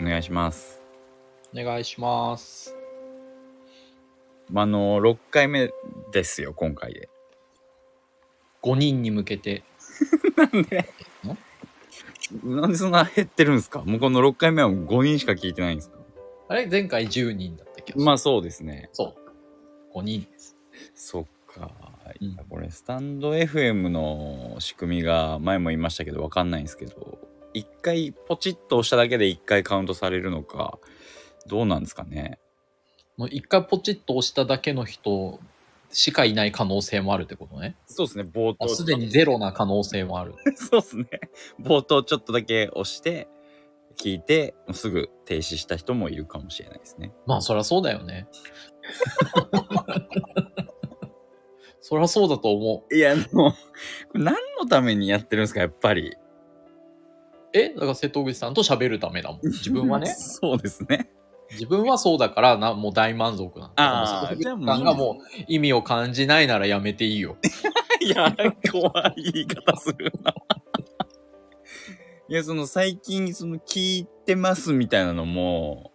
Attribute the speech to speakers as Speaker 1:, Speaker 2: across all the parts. Speaker 1: お願いします。
Speaker 2: お願いします。
Speaker 1: まあ、あの、6回目ですよ、今回で。
Speaker 2: 5人に向けて。
Speaker 1: なんでなんでそんな減ってるんですかもうこの6回目は5人しか聞いてないんですか
Speaker 2: あれ前回10人だったけど。
Speaker 1: まあそうですね。
Speaker 2: そう。5人です。
Speaker 1: そっか。
Speaker 2: うん
Speaker 1: いや、これ、スタンド FM の仕組みが前も言いましたけど、わかんないんですけど、1回ポチッと押しただけで1回カウントされるのか、どうなんですかね。
Speaker 2: もう一回ポチッと押しただけの人しかいない可能性もあるってことね。
Speaker 1: そうですね、冒
Speaker 2: あ
Speaker 1: 頭。
Speaker 2: す でにゼロな可能性もある。
Speaker 1: そうですね。冒頭ちょっとだけ押して、聞いて、もうすぐ停止した人もいるかもしれないですね。
Speaker 2: まあそりゃそうだよね。 そりゃそうだと思う。
Speaker 1: いや、もう、これ何のためにやってるんですか、やっぱり。
Speaker 2: えだから瀬戸口さんと喋るためだもん。自 分はね。
Speaker 1: そうですね。
Speaker 2: 自分はそうだからな、もう大満足なんだ。
Speaker 1: あー
Speaker 2: 瀬戸口さんがもう意味を感じないならやめていいよ。
Speaker 1: いや、怖い言い方するな。 いや、その最近、その聞いてますみたいなのも、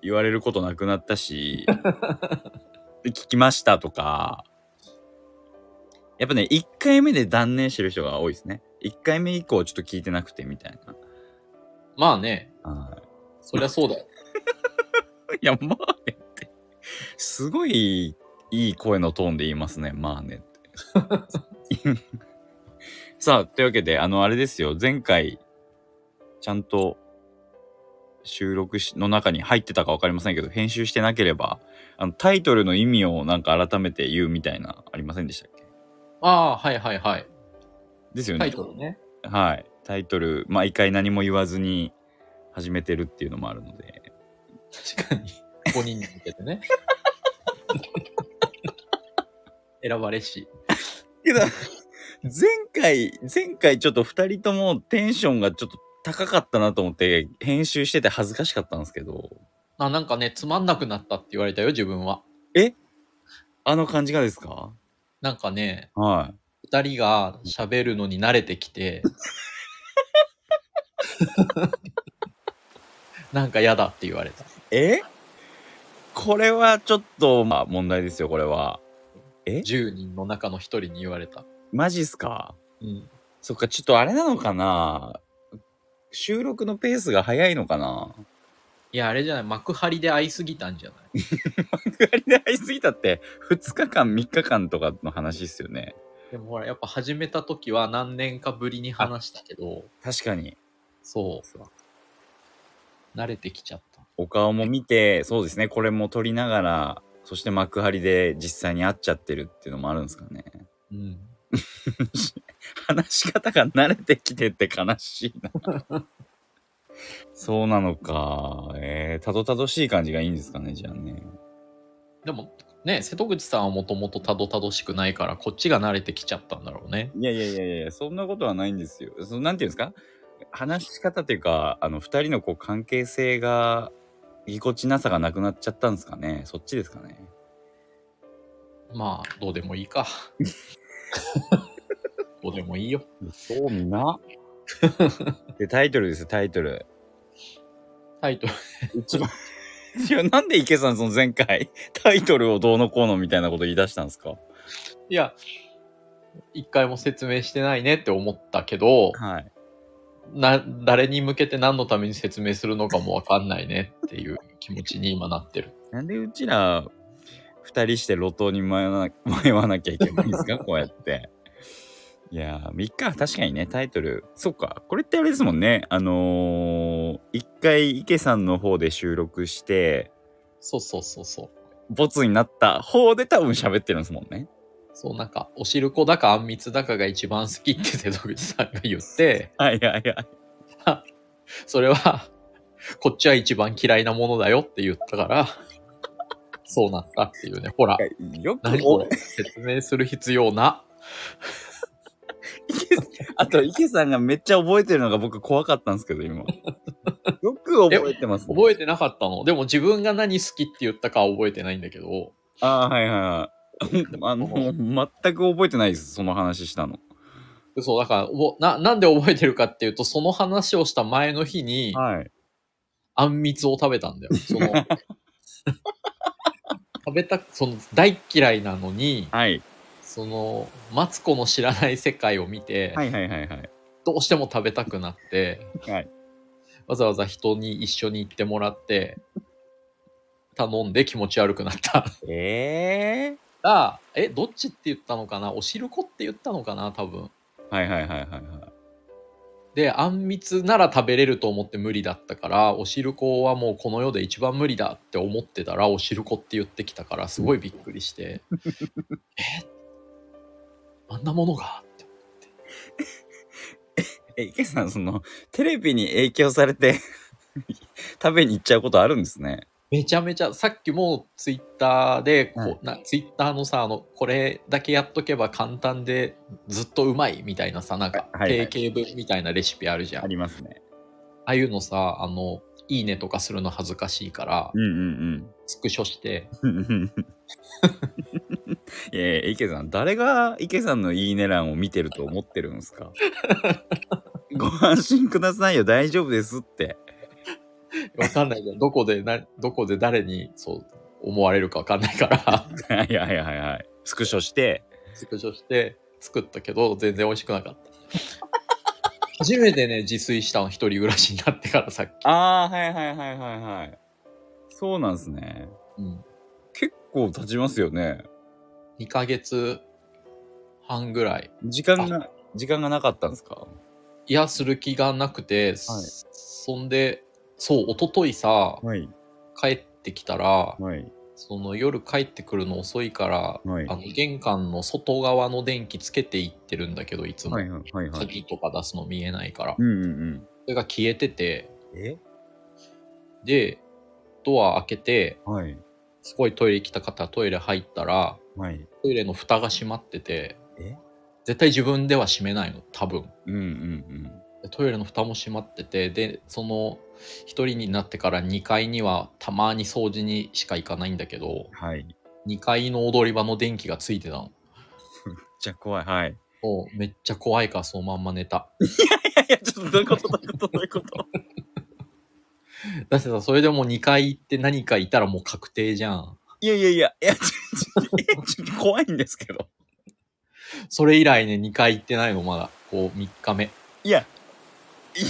Speaker 1: 言われることなくなった し、で聞きましたとか、やっぱね、1回目で断念してる人が多いですね。1回目以降ちょっと聞いてなくてみたいな。
Speaker 2: まあね。
Speaker 1: は
Speaker 2: そりゃそうだよ。
Speaker 1: いいや、まあねって。すごいいい声のトーンで言いますね。まあね って。さあ、というわけで、あの、あれですよ。前回、ちゃんと収録しの中に入ってたかわかりませんけど、編集してなければ、あのタイトルの意味をなんか改めて言うみたいな、ありませんでしたっけ
Speaker 2: ああ、はいはいはい。
Speaker 1: ですよね。
Speaker 2: タイトルね。
Speaker 1: はい。タイトル、毎回何も言わずに始めてるっていうのもあるので。
Speaker 2: 確かに。5人に向けてね。 選ばれし。
Speaker 1: けど、前回、前回ちょっと二人ともテンションがちょっと高かったなと思って、編集してて恥ずかしかったんですけど、
Speaker 2: あ、なんかね、つまんなくなったって言われたよ、自分は。
Speaker 1: あの感じがですか
Speaker 2: なんかね、
Speaker 1: は
Speaker 2: 二人が喋るのに慣れてきて、 なんか嫌だって言われた。
Speaker 1: い。えこれはちょっと、まあ問題ですよ、これは。
Speaker 2: 10人の中の一人に言われた。
Speaker 1: マジっすか
Speaker 2: うん。
Speaker 1: そっか、ちょっとあれなのかな収録のペースが早いのか ない
Speaker 2: や、あれじゃない、幕張で会いすぎたんじゃない
Speaker 1: やりで会いすぎたって、2日間、3日間とかの話っすよね。
Speaker 2: でもほら、やっぱ始めた時は何年かぶりに話したけど、
Speaker 1: 確かに。
Speaker 2: そう。慣れてきちゃった。
Speaker 1: お顔も見て、そうですね、これも撮りながら、そして幕張で実際に会っちゃってるっていうのもあるんですか ね。
Speaker 2: うん。
Speaker 1: 話し方が慣れてきてって悲しいな。そうなのか。えー、たどたどしい感じがいいんですかね、じゃあね。
Speaker 2: でも、ね、瀬戸口さんはもともとたどたどしくないから、こっちが慣れてきちゃったんだろうね。
Speaker 1: いやいやいやいや、そんなことはないんですよ。そのなんていうんですか話し方というか、あの、二人のこう関係性が、ぎこちなさがなくなっちゃったんですかね。そっちですかね。
Speaker 2: まあ、どうでもいいか。どうでもいいよ。
Speaker 1: そう な。で、タイトルですよ、タイトル。
Speaker 2: タイトル、
Speaker 1: 一番 いやなんで池さんその前回タイトルをどうのこうのみたいなこと言い出したんですか
Speaker 2: いや、一回も説明してないねって思ったけど、
Speaker 1: はい
Speaker 2: な、誰に向けて何のために説明するのかもわかんないねっていう気持ちに今なってる。
Speaker 1: なんでうちら二人して路頭に迷わな 迷わなきゃいけないんです かこうやっていやー3日は確かにねタイトルそっかこれってあれですもんねあのー、一回池さんの方で収録して
Speaker 2: そうそうそうそう。
Speaker 1: ボツになった方で多分喋ってるんですもんね
Speaker 2: そう、なんか、おしるこだかあんみつだかが一番好きって瀬戸口さんが言って、
Speaker 1: はいはいはい
Speaker 2: それは、こっちは一番嫌いなものだよって言ったから、そうなったっていうね。ほら、
Speaker 1: よく
Speaker 2: 何を説明する必要な。
Speaker 1: 池さんあと、池さんがめっちゃ覚えてるのが僕怖かったんですけど、 今。よく覚えてますね。
Speaker 2: 覚えてなかったの。でも自分が何好きって言ったかは覚えてないんだけど、
Speaker 1: ああ、はいはいはい。あの、全く覚えてないです、その話した の。
Speaker 2: そう、だからおぼな、なんで覚えてるかっていうと、その話をした前の日に、
Speaker 1: はい。
Speaker 2: あんみつを食べたんだよ。その、 食べた、その、大嫌いなのに、
Speaker 1: はい。
Speaker 2: その、マツコの知らない世界を見て、
Speaker 1: はいはいはいはい。
Speaker 2: どうしても食べたくなって、
Speaker 1: はい
Speaker 2: わざわざ人に一緒に行ってもらって、頼んで気持ち悪くなった。
Speaker 1: ええ
Speaker 2: ら、え、どっちって言ったのかなおしるこって言ったのかな多分。
Speaker 1: はいはいはいはいは
Speaker 2: で、あんみつなら食べれると思って無理だったから、おしるこはもうこの世で一番無理だって思ってたら、おしるこって言ってきたから、すごいびっくりして、 えあんなものがって
Speaker 1: い。え、池さん、その、テレビに影響されて、 食べに行っちゃうことあるんですね。
Speaker 2: めちゃめちゃ、さっきもツイッターでこう、
Speaker 1: はい
Speaker 2: な、ツイッターのさ、あの、これだけやっとけば簡単でずっとうまいみたいなさ、なんか、
Speaker 1: はいはい
Speaker 2: 定型文みたいなレシピあるじゃん。
Speaker 1: ありますね。
Speaker 2: ああいうのさ、あの、いいねとかするの恥ずかしいから、
Speaker 1: うんうん
Speaker 2: スクショして、
Speaker 1: うん。 いやいや、池さん、誰が池さんのいいね欄を見てると思ってるんです かご安心くださいよ、大丈夫ですって。
Speaker 2: わかんないけど、どこで、な、どこで誰に、そう、思われるかわかんな いから、
Speaker 1: はいはいはいはい。スクショして、
Speaker 2: スクショして作ったけど、全然美味しくなかった。初めてね、自炊したの、一人暮らしになってからさっき。
Speaker 1: ああ、はいはいはいはいはい。そうなんですね。
Speaker 2: うん。
Speaker 1: 結構経ちますよね。
Speaker 2: 2ヶ月半ぐらい。
Speaker 1: 時間が、時間がなかったんですか
Speaker 2: いや、する気がなくて、そんで、そう、一昨日さ、
Speaker 1: はい。
Speaker 2: 帰ってきたら、
Speaker 1: はい。
Speaker 2: その夜帰ってくるの遅いから、
Speaker 1: はい
Speaker 2: あの玄関の外側の電気つけていってるんだけどいつも、
Speaker 1: はいはいはいはい。
Speaker 2: 鍵とか出すの見えないから、
Speaker 1: うんうんうん。
Speaker 2: それが消えてて
Speaker 1: え
Speaker 2: でドア開けて
Speaker 1: はい。
Speaker 2: すごいトイレ行きた方トイレ入ったら
Speaker 1: はい。
Speaker 2: トイレの蓋が閉まってて
Speaker 1: え
Speaker 2: 絶対自分では閉めないの多分
Speaker 1: うんうん
Speaker 2: でトイレの蓋も閉まっててでその一人になってから2階にはたまに掃除にしか行かないんだけ
Speaker 1: うん。
Speaker 2: ど
Speaker 1: はい。
Speaker 2: 2階の踊り場の電気がついてたの
Speaker 1: じゃあ怖い。はい。い
Speaker 2: もうめっちゃ怖いからそのまんま寝た。
Speaker 1: やいや、ちょっとどういうことどういうことどういうこと
Speaker 2: だってさ、それでもう2回行って何かいたらもう確定じゃん。
Speaker 1: いやいやいや、いや、ちょっと、えちょっと怖いんですけど。
Speaker 2: それ以来ね、2回行ってないの、まだ。こう、3日目。
Speaker 1: いや、いや、言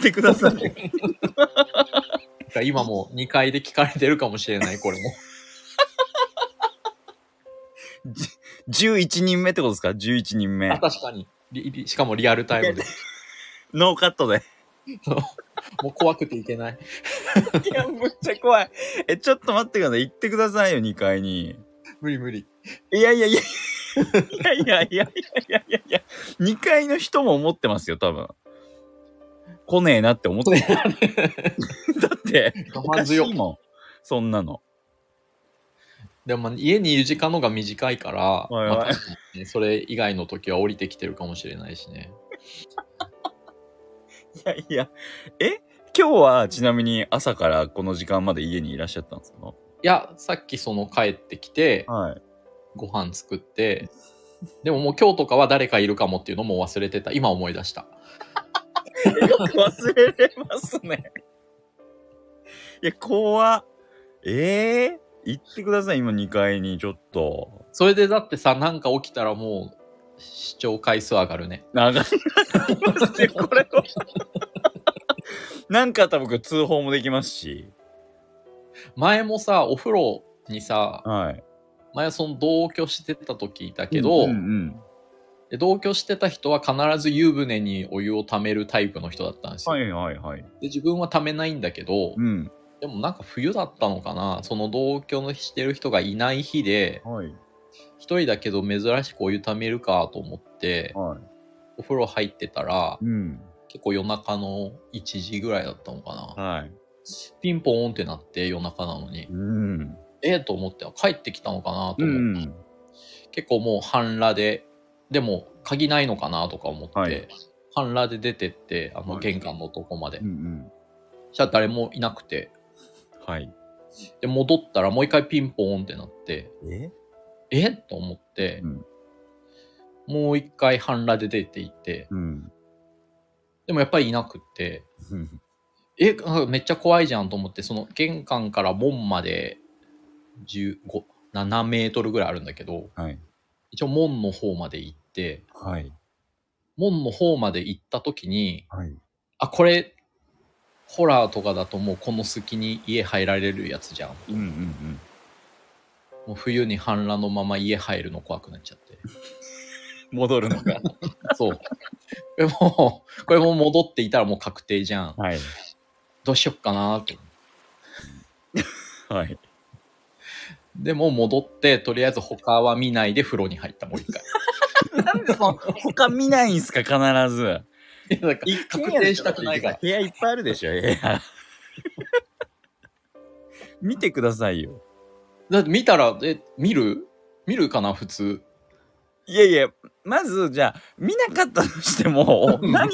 Speaker 1: ってください。
Speaker 2: だから今もう2回で聞かれてるかもしれない、これも。
Speaker 1: 11人目ってことですか ?11 人目
Speaker 2: あ。確かにリリしかもリアルタイムで。
Speaker 1: ノーカットで。
Speaker 2: もう怖くていけない。
Speaker 1: いや、むっちゃ怖い。え、ちょっと待ってください。行ってくださいよ、2階に。
Speaker 2: 無理無理。
Speaker 1: いやいやいや。いやいやいやいやいやいや2階の人も思ってますよ、多分。来ねえなって思ってる。だって、
Speaker 2: 我
Speaker 1: おか
Speaker 2: 慢
Speaker 1: し
Speaker 2: 強
Speaker 1: い
Speaker 2: い。
Speaker 1: もん。そんなの。
Speaker 2: でもまあ家にいる時間の方が短いから、
Speaker 1: おい
Speaker 2: まあ確かにねそれ以外の時は降りてきてるかもしれないしね。
Speaker 1: いやいや。え今日はちなみに朝からこの時間まで家にいらっしゃったんですか
Speaker 2: いや、さっきその帰ってきて、
Speaker 1: はい。
Speaker 2: ご飯作って、でももう今日とかは誰かいるかもっていうのも忘れてた。今思い出した。
Speaker 1: よく忘れれますね。いや、怖っええ行ってください、今2階にちょっと。
Speaker 2: それでだってさ、なんか起きたらもう視聴回数上がるね。
Speaker 1: 流れますよ、これは。なんかあったら僕通報もできますし。
Speaker 2: 前もさ、お風呂にさ、
Speaker 1: はい。
Speaker 2: 前その同居してた時だけど、
Speaker 1: うんうん
Speaker 2: で同居してた人は必ず湯船にお湯を溜めるタイプの人だったんですよ。
Speaker 1: はいはいはい。
Speaker 2: で自分は溜めないんだけど、
Speaker 1: うん。
Speaker 2: でもなんか冬だったのかな、その同居のしてる人がいない日で、
Speaker 1: はい。
Speaker 2: 一人だけど珍しくお湯溜めるかと思って、
Speaker 1: は
Speaker 2: お風呂入ってたら
Speaker 1: い。、うん。
Speaker 2: 結構夜中の1時ぐらいだったのかな。
Speaker 1: はい。
Speaker 2: ピンポーンってなって夜中なのに、
Speaker 1: うん。
Speaker 2: ええと思って、帰ってきたのかなと
Speaker 1: う
Speaker 2: 思って、
Speaker 1: ん。
Speaker 2: 結構もう半裸で、でも鍵ないのかなとか思って、
Speaker 1: はい
Speaker 2: 半裸で出てって、あの
Speaker 1: はい
Speaker 2: 玄関のとこまで
Speaker 1: うんう。ん。
Speaker 2: したら誰もいなくて、
Speaker 1: はい。
Speaker 2: で、戻ったらもう一回ピンポーンってなって、
Speaker 1: え
Speaker 2: ええと思って、
Speaker 1: うん
Speaker 2: もう一回半裸で出て行って、
Speaker 1: うん。
Speaker 2: でもやっぱりいなくって、えあめっちゃ怖いじゃんと思ってその玄関から門まで15 7メートルぐらいあるんだけど
Speaker 1: はい。
Speaker 2: 一応門の方まで行って
Speaker 1: はい。
Speaker 2: 門の方まで行った時に
Speaker 1: はい。
Speaker 2: あこれホラーとかだともうこの隙に家入られるやつじゃん
Speaker 1: うんうんうん。
Speaker 2: もう冬に半裸のまま家入るの怖くなっちゃって
Speaker 1: 戻るのが。
Speaker 2: そう でもこれも戻っていたらもう確定じゃん
Speaker 1: はい。
Speaker 2: どうしよっかなーって
Speaker 1: はい。
Speaker 2: でもう戻ってとりあえず他は見ないで風呂に入ったもう一回
Speaker 1: なんでその、他見ないんすか、必ず。
Speaker 2: いやなんか確定したくないから。
Speaker 1: 部屋いっぱいあるでしょ、部屋。見てくださいよ。
Speaker 2: だって見たら、え、見る見るかな、普通。
Speaker 1: いやいや、まず、じゃあ、見なかったとしても、お
Speaker 2: うん
Speaker 1: 何、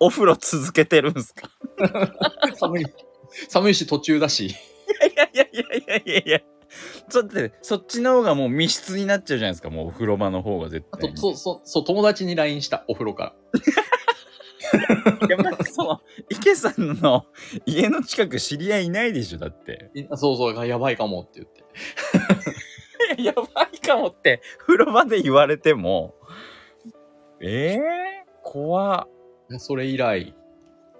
Speaker 1: お風呂続けてるんすか
Speaker 2: 寒い。寒いし、途中だし。
Speaker 1: いやいやいやいやいやいや。ちょっと待ってそっちの方がもう密室になっちゃうじゃないですかもうお風呂場の方が絶
Speaker 2: あ
Speaker 1: 対
Speaker 2: と、
Speaker 1: に
Speaker 2: そう、そう、そう、友達に LINE した、お風呂から。
Speaker 1: いやまずその池さんの家の近く知り合いいないでしょだって
Speaker 2: いそうそう、あやばいかもって言って。
Speaker 1: いややばいかもって風呂場で言われてもええー、怖っ
Speaker 2: いやそれ以来、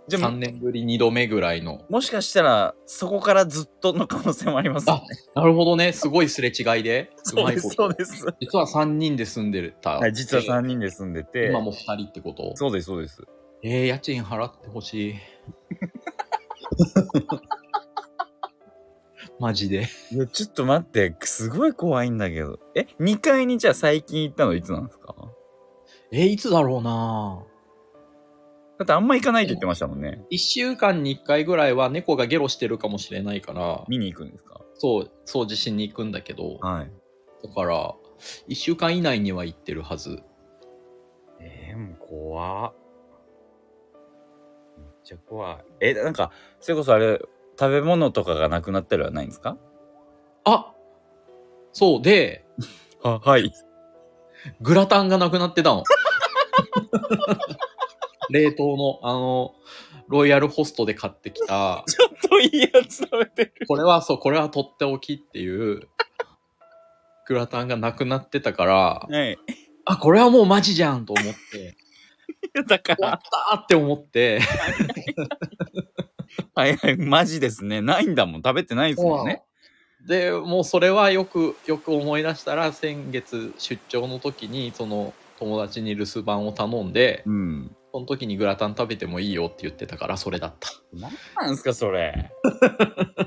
Speaker 1: じゃあ
Speaker 2: 3年ぶり2度目ぐらいの。
Speaker 1: もしかしたらそこからずっとの可能性もありますよね
Speaker 2: なるほどね、すごいすれ違いで。
Speaker 1: そうです
Speaker 2: と
Speaker 1: そうです、
Speaker 2: 実は3人で住んでた。
Speaker 1: はい、実は3人で住んでて
Speaker 2: 今も2人ってこと
Speaker 1: そうですそうです
Speaker 2: えー、家賃払ってほしい。マジで。
Speaker 1: いやちょっと待ってすごい怖いんだけどえ2階にじゃあ最近行ったのいつなんですか
Speaker 2: えーいつだろうな
Speaker 1: だってあんま行かないって言ってましたもんね。
Speaker 2: 一週間に一回ぐらいは猫がゲロしてるかもしれないから、
Speaker 1: 見に行くんですか
Speaker 2: そう、掃除しに行くんだけど、
Speaker 1: はい。
Speaker 2: だから、一週間以内には行ってるはず。
Speaker 1: えー、もう怖っめっちゃ怖い。え、なんか、それこそあれ、食べ物とかがなくなったりはないんですか
Speaker 2: あそうで、
Speaker 1: は、はい。
Speaker 2: グラタンがなくなってたの。冷凍の、あの、ロイヤルホストで買ってきた、
Speaker 1: ちょっといいやつ食べてる。
Speaker 2: これはそう、これはとっておきっていう、グラタンがなくなってたから、
Speaker 1: はい。い
Speaker 2: あ、これはもうマジじゃんと思って、
Speaker 1: やだか
Speaker 2: 終わ
Speaker 1: ら、
Speaker 2: ったーって思って、
Speaker 1: はいはい、マジですね。ないんだもん。食べてないですもんね。
Speaker 2: でもうそれはよくよく思い出したら先月出張の時にその友達に留守番を頼んで
Speaker 1: うん。
Speaker 2: その時にグラタン食べてもいいよって言ってたからそれだった
Speaker 1: なんなんすか、それ。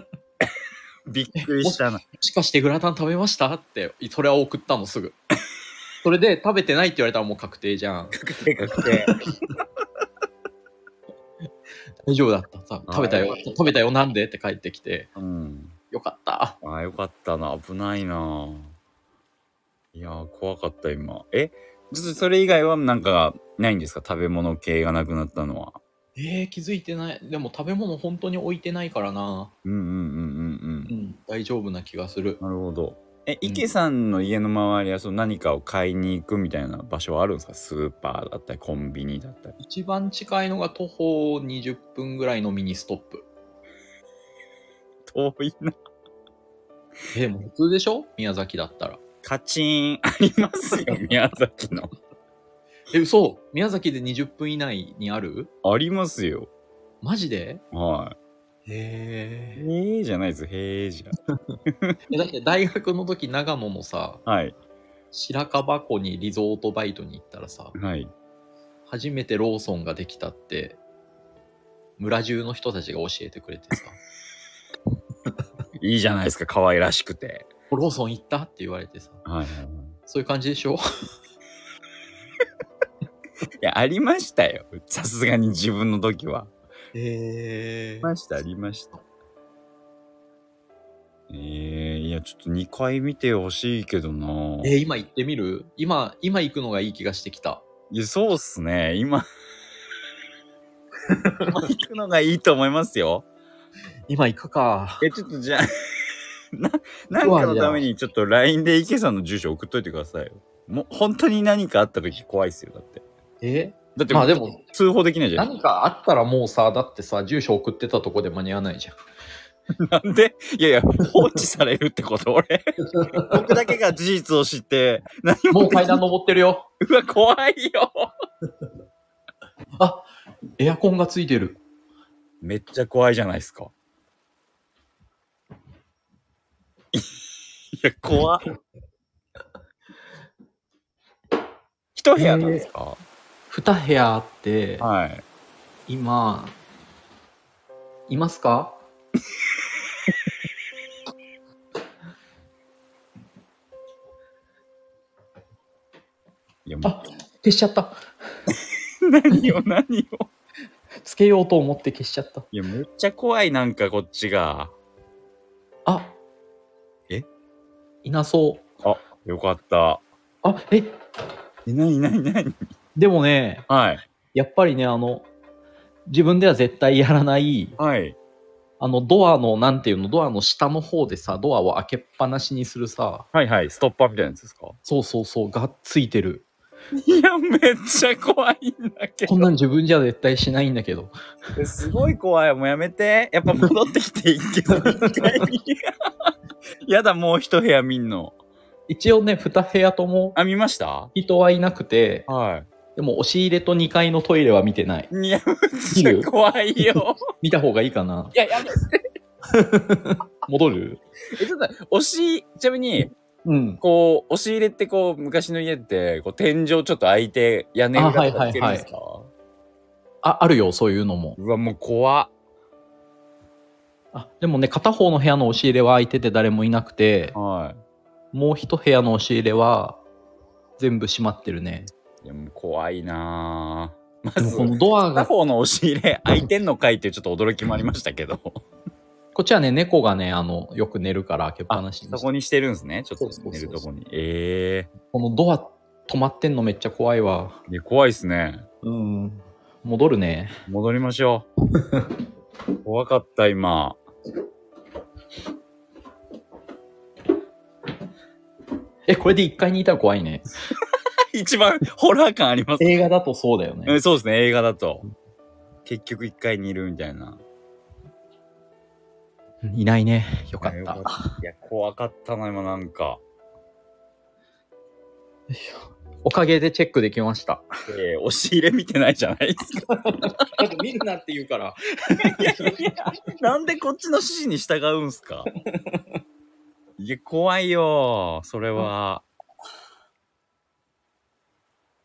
Speaker 1: びっくりしたな。
Speaker 2: もしかしてグラタン食べましたってそれは送ったのすぐ それで食べてないって言われたらもう確定じゃん
Speaker 1: 確定確定。
Speaker 2: 大丈夫だったさ食べたよ
Speaker 1: はい
Speaker 2: 食べたよなんでって帰ってきて
Speaker 1: うん。
Speaker 2: よかった
Speaker 1: ああ、よかったな。危ないな。いやー、怖かった、今。え、ちょっとそれ以外はなんかないんですか食べ物系がなくなったのは。
Speaker 2: えー、気づいてないでも食べ物本当に置いてないからな
Speaker 1: うんうんうんうん
Speaker 2: う
Speaker 1: うん
Speaker 2: 大丈夫な気がす
Speaker 1: ん。
Speaker 2: る
Speaker 1: なるほど。え、池さんの家の周りはそう何かを買いに行くみたいな場所はあるんですかスーパーだったり、コンビニだったり。
Speaker 2: 一番近いのが徒歩20分ぐらいのミニストップ。
Speaker 1: 遠いな。
Speaker 2: え、でも普通でしょ宮崎だったら。
Speaker 1: カチーンありますよ、宮崎の。
Speaker 2: え、嘘宮崎で20分以内にある
Speaker 1: ありますよ。
Speaker 2: マジで
Speaker 1: は
Speaker 2: へ
Speaker 1: い。へえじゃないです。へえじゃ。
Speaker 2: え。だって大学の時長野のさ、
Speaker 1: はい。
Speaker 2: 白樺湖にリゾートバイトに行ったらさ、
Speaker 1: はい。
Speaker 2: 初めてローソンができたって、村中の人たちが教えてくれてさ、
Speaker 1: いいじゃないですか、可愛らしくて。
Speaker 2: ローソン行ったって言われてさ、
Speaker 1: はいはいはい。
Speaker 2: そういう感じでしょ
Speaker 1: いや、ありましたよ。さすがに自分の時は。あ
Speaker 2: へ
Speaker 1: りました、ありました。えー、いや、ちょっと2回見てほしいけどな
Speaker 2: え、今行ってみる今、今行くのがいい気がしてきた。
Speaker 1: いや、そうっすね。今、今行くのがいいと思いますよ。
Speaker 2: 今行くか。
Speaker 1: え、ちょっとじゃあ、な、なんかのためにちょっと LINE で池さんの住所送っといてくださいよ。もう、本当に何かあった時怖いっすよ、だって。
Speaker 2: え
Speaker 1: だって、
Speaker 2: まあでも、
Speaker 1: 通報できないじゃん。
Speaker 2: 何かあったらもうさ、だってさ、住所送ってたとこで間に合わないじゃん。
Speaker 1: なんでいやいや、放置されるってこと俺。僕だけが事実を知って、何も
Speaker 2: もう階段登ってるよ。
Speaker 1: うわ、怖いよ。
Speaker 2: エアコンがついてる。
Speaker 1: めっちゃ怖いじゃないですか。いや、怖っ。一部屋なんですか、
Speaker 2: 2部屋あって、
Speaker 1: はい。
Speaker 2: 今、いますか
Speaker 1: いや、
Speaker 2: あ消しちゃった。
Speaker 1: 何を何を。
Speaker 2: つけようと思って消しちゃった。
Speaker 1: いや、めっちゃ怖い、なんかこっちが。
Speaker 2: あ
Speaker 1: え
Speaker 2: いなそう。
Speaker 1: よかった。
Speaker 2: あえ
Speaker 1: え、なになになに
Speaker 2: でもね、
Speaker 1: はい。
Speaker 2: やっぱりね、あの、自分では絶対やらない、
Speaker 1: はい。
Speaker 2: あの、ドアの、なんていうの、ドアの下の方でさ、ドアを開けっぱなしにするさ、
Speaker 1: はいはい。ストッパーみたいなやつですか
Speaker 2: そうそうそう、がついてる。
Speaker 1: いや、めっちゃ怖いんだけ
Speaker 2: こんなん自分じゃ絶対しないんだけど。
Speaker 1: ど。すごい怖い。もうやめて。やっぱ戻ってきていいけど、一回に。やだ、もう一部屋見んの。
Speaker 2: 一応ね、2部屋とも
Speaker 1: あ、見ました
Speaker 2: 人はいなくて、
Speaker 1: は
Speaker 2: でも押し入れと2階のトイレは見てない。
Speaker 1: い。いや、めっちゃ怖い よ。
Speaker 2: 見た方がいいかない
Speaker 1: や、やめて。
Speaker 2: 戻る
Speaker 1: え、ちょっと、押し、ちなみに、
Speaker 2: うん。
Speaker 1: こう、押し入れってこう、昔の家って、こう、天井ちょっと開いて、屋根裏
Speaker 2: あはい
Speaker 1: とか
Speaker 2: はい
Speaker 1: つけるんですか、
Speaker 2: あ、あるよ、そういうのも。
Speaker 1: うわ、もう怖っ
Speaker 2: あ、でもね、片方の部屋の押し入れは開いてて誰もいなくて、
Speaker 1: は
Speaker 2: もう一部屋の押し入れは全部閉まってるね。
Speaker 1: い。いや、もう怖いなぁ。
Speaker 2: で
Speaker 1: ま
Speaker 2: も
Speaker 1: ず、
Speaker 2: このドア
Speaker 1: 片
Speaker 2: が、
Speaker 1: 方の押し入れ開いてんのかいっていうちょっと驚きもありましたけど。
Speaker 2: こっちはね、猫がね、あの、よく寝るから開けっぱなしに
Speaker 1: そ
Speaker 2: して
Speaker 1: こにしてるんですね。ちょっと
Speaker 2: そうそう
Speaker 1: 寝
Speaker 2: そう
Speaker 1: るとこに。え
Speaker 2: このドア止まってんのめっちゃ怖いわ。
Speaker 1: えー。いや怖いっすね。
Speaker 2: うん。戻るね。
Speaker 1: 戻りましょう。 怖かった、今。
Speaker 2: え、これで1階にいたら怖いね。
Speaker 1: 一番ホラー感あります。
Speaker 2: 映画だとそうだよ
Speaker 1: え
Speaker 2: ね。
Speaker 1: ーそうですね、映画だと。結局一回にいるみたいな。
Speaker 2: いないね。よかっ
Speaker 1: いや
Speaker 2: た。
Speaker 1: よかったいや、怖かったな、今なんか。
Speaker 2: おかげでチェックできました。
Speaker 1: えー押し入れ見てないじゃないですか。
Speaker 2: だって見るなって言うから。
Speaker 1: なんでこっちの指示に従うんす かいや、怖いよ、それは。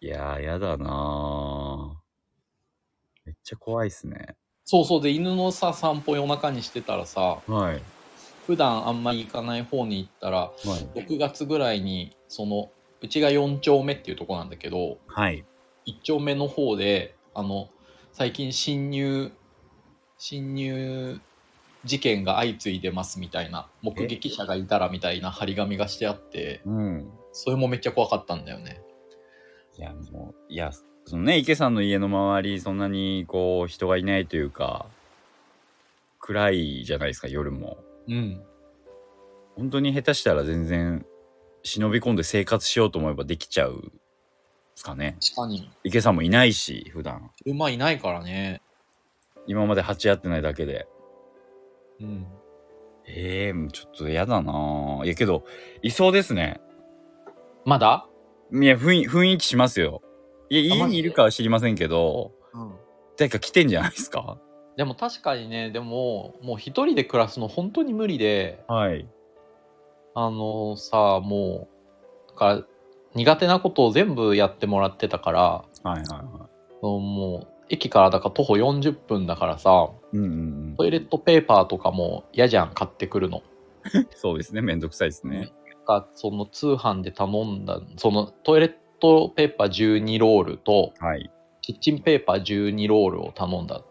Speaker 1: いやー、やだなーめっちゃ怖いっすね。
Speaker 2: そうそうで、犬のさ、散歩夜中にしてたらさ、
Speaker 1: はい。
Speaker 2: 普段あんまり行かない方に行ったら、
Speaker 1: はい。
Speaker 2: 6月ぐらいに、その、うちが4丁目っていうとこなんだけど、
Speaker 1: はい。
Speaker 2: 1丁目の方で、あの、最近侵入、侵入事件が相次いでますみたいな、目撃者がいたらみたいな張り紙がしてあって、
Speaker 1: うん。
Speaker 2: それもめっちゃ怖かったんだよね。
Speaker 1: いや、もう、いや、そのね、池さんの家の周り、そんなに、こう、人がいないというか、暗いじゃないですか、夜も。
Speaker 2: うん。
Speaker 1: 本当に下手したら全然、忍び込んで生活しようと思えばできちゃう、ですかね。
Speaker 2: 確かに。
Speaker 1: 池さんもいないし、普段。
Speaker 2: 馬いないからね。
Speaker 1: 今まで鉢合ってないだけで。
Speaker 2: うん。
Speaker 1: ええちょっとやだなぁ。いやけど、いそうですね。
Speaker 2: まだ
Speaker 1: いや、雰囲雰囲気しますよ。いや、
Speaker 2: あ
Speaker 1: 家
Speaker 2: マジ
Speaker 1: に
Speaker 2: で
Speaker 1: いるかは知りませんけど、
Speaker 2: うん。
Speaker 1: 誰か来てんじゃないですか
Speaker 2: でも確かにねでももう一人で暮らすの本当に無理で
Speaker 1: はい。
Speaker 2: あのさもうだから苦手なことを全部やってもらってたから
Speaker 1: はいはいは
Speaker 2: そのもう駅からだから徒歩40分だからさ
Speaker 1: い。うんうんう
Speaker 2: ト
Speaker 1: ん。
Speaker 2: イレットペーパーとかも嫌じゃん買ってくるの。
Speaker 1: そうですね。めんどくさいですね。
Speaker 2: がその通販で頼んだそのトイレットペーパー12ロールと
Speaker 1: はい。
Speaker 2: キッチンペーパー12ロールを頼んだ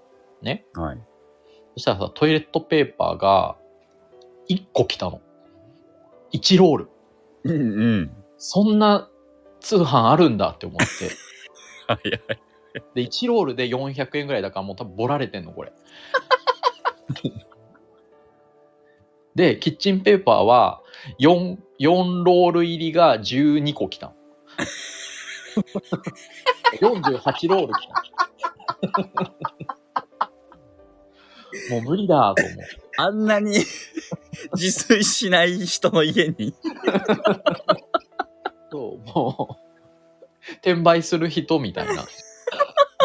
Speaker 2: ね
Speaker 1: はい。
Speaker 2: そしたらさトイレットペーパーが1個来たの1ロール
Speaker 1: うんうん。
Speaker 2: そんな通販あるんだって思って。
Speaker 1: はいはい。
Speaker 2: で、1ロールで400円ぐらいだからもう多分ボラれてんの、 これ。で、キッチンペーパーは4、4ロール入りが12個来たの。 48ロール来た。もう無理だと思って。
Speaker 1: あんなに 自炊しない人の家に。
Speaker 2: そう、もう、転売する人みたいな。そ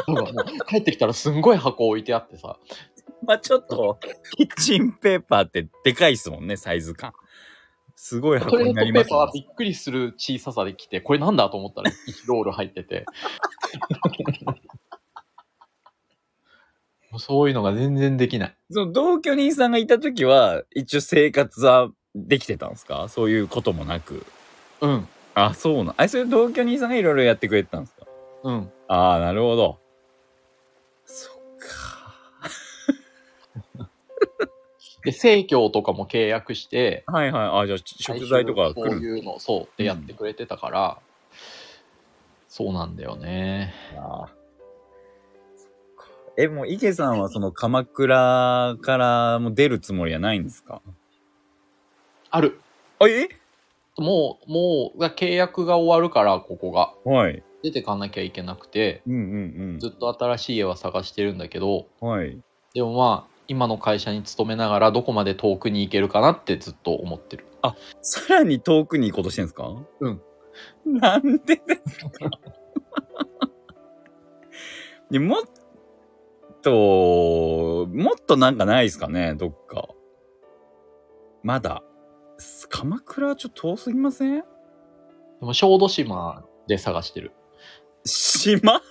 Speaker 2: うもう帰ってきたらすんごい箱置いてあってさ、
Speaker 1: まあちょっと、キッチンペーパーってでかいですもんね、サイズ感。すごい
Speaker 2: ト
Speaker 1: 箱
Speaker 2: イレ
Speaker 1: に
Speaker 2: ッ
Speaker 1: な
Speaker 2: ト
Speaker 1: り
Speaker 2: ペ
Speaker 1: ま
Speaker 2: ー
Speaker 1: す
Speaker 2: パー
Speaker 1: ね、
Speaker 2: はびっくりする小ささで来て、これなんだと思ったら1ロー ル入ってて。 もうそういうのが全然できない。
Speaker 1: その同居人さんがいた時は、一応生活はできてたんですかそういうこともなく。
Speaker 2: うん、
Speaker 1: あ、そうなん。あれ、それ同居人さんがいろいろやってくれてたんですか
Speaker 2: うん。
Speaker 1: ああ、なるほど。そっか。
Speaker 2: で、生協とかも契約して、
Speaker 1: はいはい。あじゃあ食材とか
Speaker 2: こ
Speaker 1: 来るん
Speaker 2: う
Speaker 1: で
Speaker 2: いうの、そう、ってやってくれてたから、そうなんだよね。
Speaker 1: すかえ、もう池さんはその鎌倉からもう出るつもりはないんですか
Speaker 2: ある。
Speaker 1: あえ
Speaker 2: もう、もう、契約が終わるから、ここが。
Speaker 1: はい。
Speaker 2: 出てかなきゃいけなくて、
Speaker 1: うんうん
Speaker 2: ずっと新しい家は探してるんだけど、
Speaker 1: うん。はい。
Speaker 2: でもまあ、今の会社に勤めながら、どこまで遠くに行けるかなってずっと思ってる。
Speaker 1: さらに遠くに行こうとしてるんですか
Speaker 2: うん。
Speaker 1: なんでですか いやもっと、もっとなんかないですかね、どっか。まだ。す鎌倉はちょっと遠すぎません
Speaker 2: でも、小豆島で探してる。
Speaker 1: 島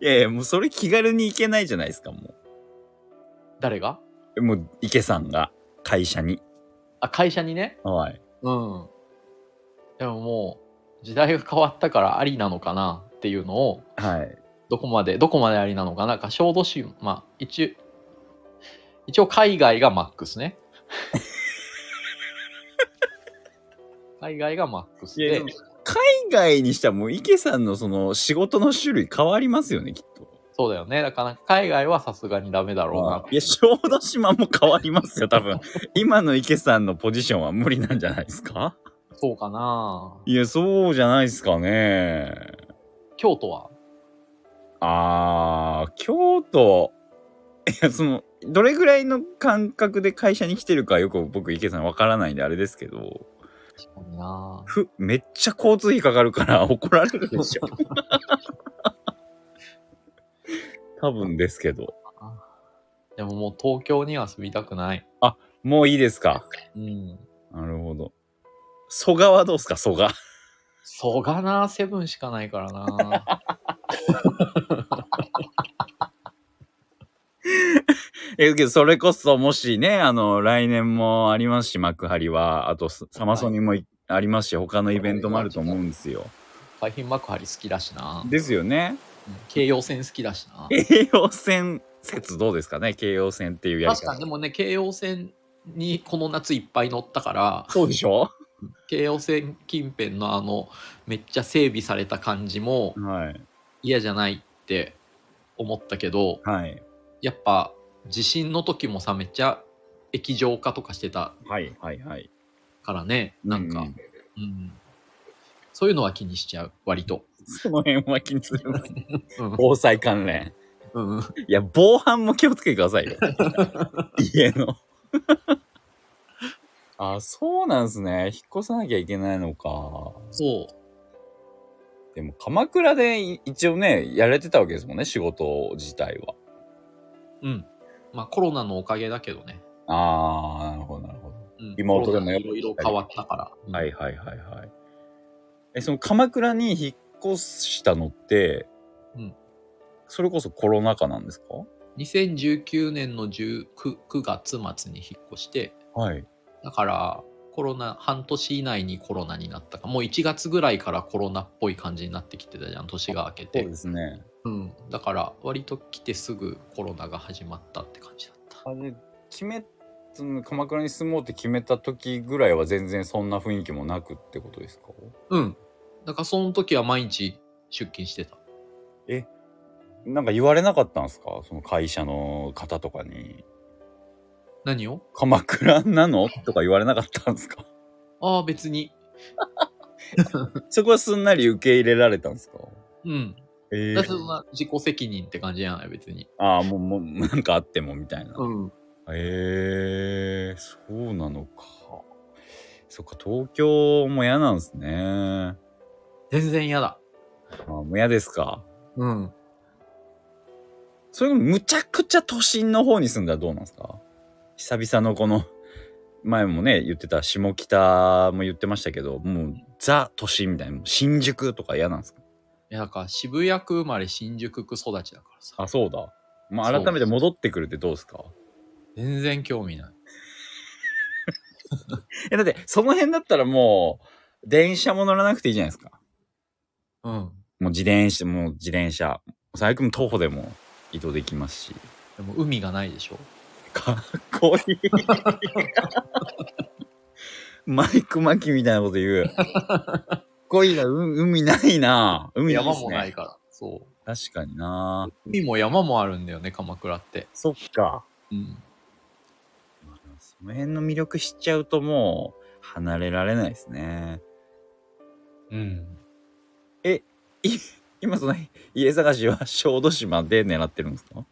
Speaker 1: いやいや、もうそれ気軽に行けないじゃないですか、も
Speaker 2: 誰が
Speaker 1: う。もう、池さんが会社に。
Speaker 2: あ、会社にね。
Speaker 1: はい。
Speaker 2: うん。でももう、時代が変わったからありなのかなっていうのを、
Speaker 1: はい。
Speaker 2: どこまで、どこまでありなのかな。か小豆島、まあ、一応、一応海外がマックス ね。海外がマックス
Speaker 1: いやで
Speaker 2: で
Speaker 1: も、海外にしたらもう池さんのその仕事の種類変わりますよね、きっと。
Speaker 2: そうだよね。だから海外はさすがにダメだろうな。
Speaker 1: いや、小豆島も変わりますよ、多分。今の池さんのポジションは無理なんじゃないですか
Speaker 2: そうかない
Speaker 1: や、そうじゃないですかね。
Speaker 2: 京都は
Speaker 1: あー、京都。いや、その、どれぐらいの感覚で会社に来てるかよく僕、池さんわからないんであれですけど、
Speaker 2: 確かにな
Speaker 1: ふ、めっちゃ交通費かかるから 怒られるでしょ。多分ですけど。
Speaker 2: でももう東京には住みたくない。
Speaker 1: もういいですか
Speaker 2: うん。
Speaker 1: なるほど。蘇我はどうですか蘇我。
Speaker 2: そがなセブンしかないからな
Speaker 1: え、けど、それこそ、もしね、あの、来年もありますし、幕張は、あと、ササマソニもいありますし、他のイベントもあると思うんですよ。
Speaker 2: 海浜幕張好きだしな
Speaker 1: ですよね。
Speaker 2: うん京葉線好きだしな
Speaker 1: 京葉線説どうですかね京葉線っていうやり
Speaker 2: 確かに
Speaker 1: 方。
Speaker 2: でもね京葉線にこの夏いっぱい乗ったから
Speaker 1: そうでしょ
Speaker 2: 京葉線近辺のあのめっちゃ整備された感じも
Speaker 1: はい。
Speaker 2: 嫌じゃないって思ったけど
Speaker 1: はい。
Speaker 2: やっぱ地震の時もさめっちゃ液状化とかしてた
Speaker 1: はい、はい、はい。
Speaker 2: からねなんか、
Speaker 1: う
Speaker 2: うん
Speaker 1: うんん
Speaker 2: そういうのは気にしちゃう割と、
Speaker 1: その辺は気にする。
Speaker 2: うん
Speaker 1: 防災関連。
Speaker 2: うん、
Speaker 1: いや、防犯も気をつけてください よ。家の。あ、そうなんですね。引っ越さなきゃいけないのか。
Speaker 2: そう
Speaker 1: でも、鎌倉でい一応ね、やれてたわけですもんね、仕事自体は。
Speaker 2: うん。まあコロナのおかげだけどね。
Speaker 1: あー、なるほど、なるほど。
Speaker 2: うん、
Speaker 1: リモートでも
Speaker 2: コロナ
Speaker 1: やっ
Speaker 2: い
Speaker 1: ぱ
Speaker 2: ろいろ変わったから。うん
Speaker 1: はいはいはいはい。え、その鎌倉に引っ越したのって、
Speaker 2: うん
Speaker 1: それこそコロナ禍なんですか
Speaker 2: 2019年の19 9月末に引っ越して、
Speaker 1: はい。
Speaker 2: だからコロナ、半年以内にコロナになったか、もう1月ぐらいからコロナっぽい感じになってきてたじゃん、年が明け
Speaker 1: そう
Speaker 2: て
Speaker 1: で。すね。
Speaker 2: うん。だから割と来てすぐコロナが始まったって感じだった。
Speaker 1: あれ、決め、その鎌倉に住もうって決めた時ぐらいは全然そんな雰囲気もなくってことですか
Speaker 2: うん。だからその時は毎日出勤してた。
Speaker 1: なんか言われなかったんですかその会社の方とかに。
Speaker 2: 何を
Speaker 1: 鎌倉なのとか言われなかったんですか
Speaker 2: ああ、別に。
Speaker 1: そこはすんなり受け入れられたんですか
Speaker 2: うん。
Speaker 1: ええ
Speaker 2: だってそんな自己責任って感じじゃない、別に。
Speaker 1: ああ、もう、もう、なんかあってもみたいな。
Speaker 2: うん。
Speaker 1: ええそうなのか。そっか、東京も嫌なんですね。あ
Speaker 2: 全然嫌だ。
Speaker 1: もう嫌ですか。
Speaker 2: うん。
Speaker 1: それむちゃくちゃ都心の方に住んだらどうなんですか久々のこの、前もね、言ってた下北も言ってましたけど、もうザ都心みたいな、新宿とか嫌なんですか
Speaker 2: いや、だから渋谷区生まれ新宿区育ちだからさ。
Speaker 1: あ、そうだ。ま
Speaker 2: そ
Speaker 1: あ、
Speaker 2: う
Speaker 1: 改めて戻ってくるってどうですか
Speaker 2: 全然興味ない。
Speaker 1: え、だって、その辺だったらもう、電車も乗らなくていいじゃないですか。
Speaker 2: うん。
Speaker 1: もう自転車、もう自転車。最悪も徒歩でも移動できますし。
Speaker 2: でも海がないでしょ。
Speaker 1: かっこいい。マイク巻きみたいなこと言う。かっこいいな、う海ないな。海
Speaker 2: 山もないい
Speaker 1: いっ
Speaker 2: から。そう。
Speaker 1: すね。確かにな。
Speaker 2: 海も山もあるんだよね、鎌倉って。
Speaker 1: そっか。
Speaker 2: うん。
Speaker 1: その辺の魅力知っちゃうともう離れられないですね。
Speaker 2: うん。
Speaker 1: 今その家探しは小豆島で狙ってるんですか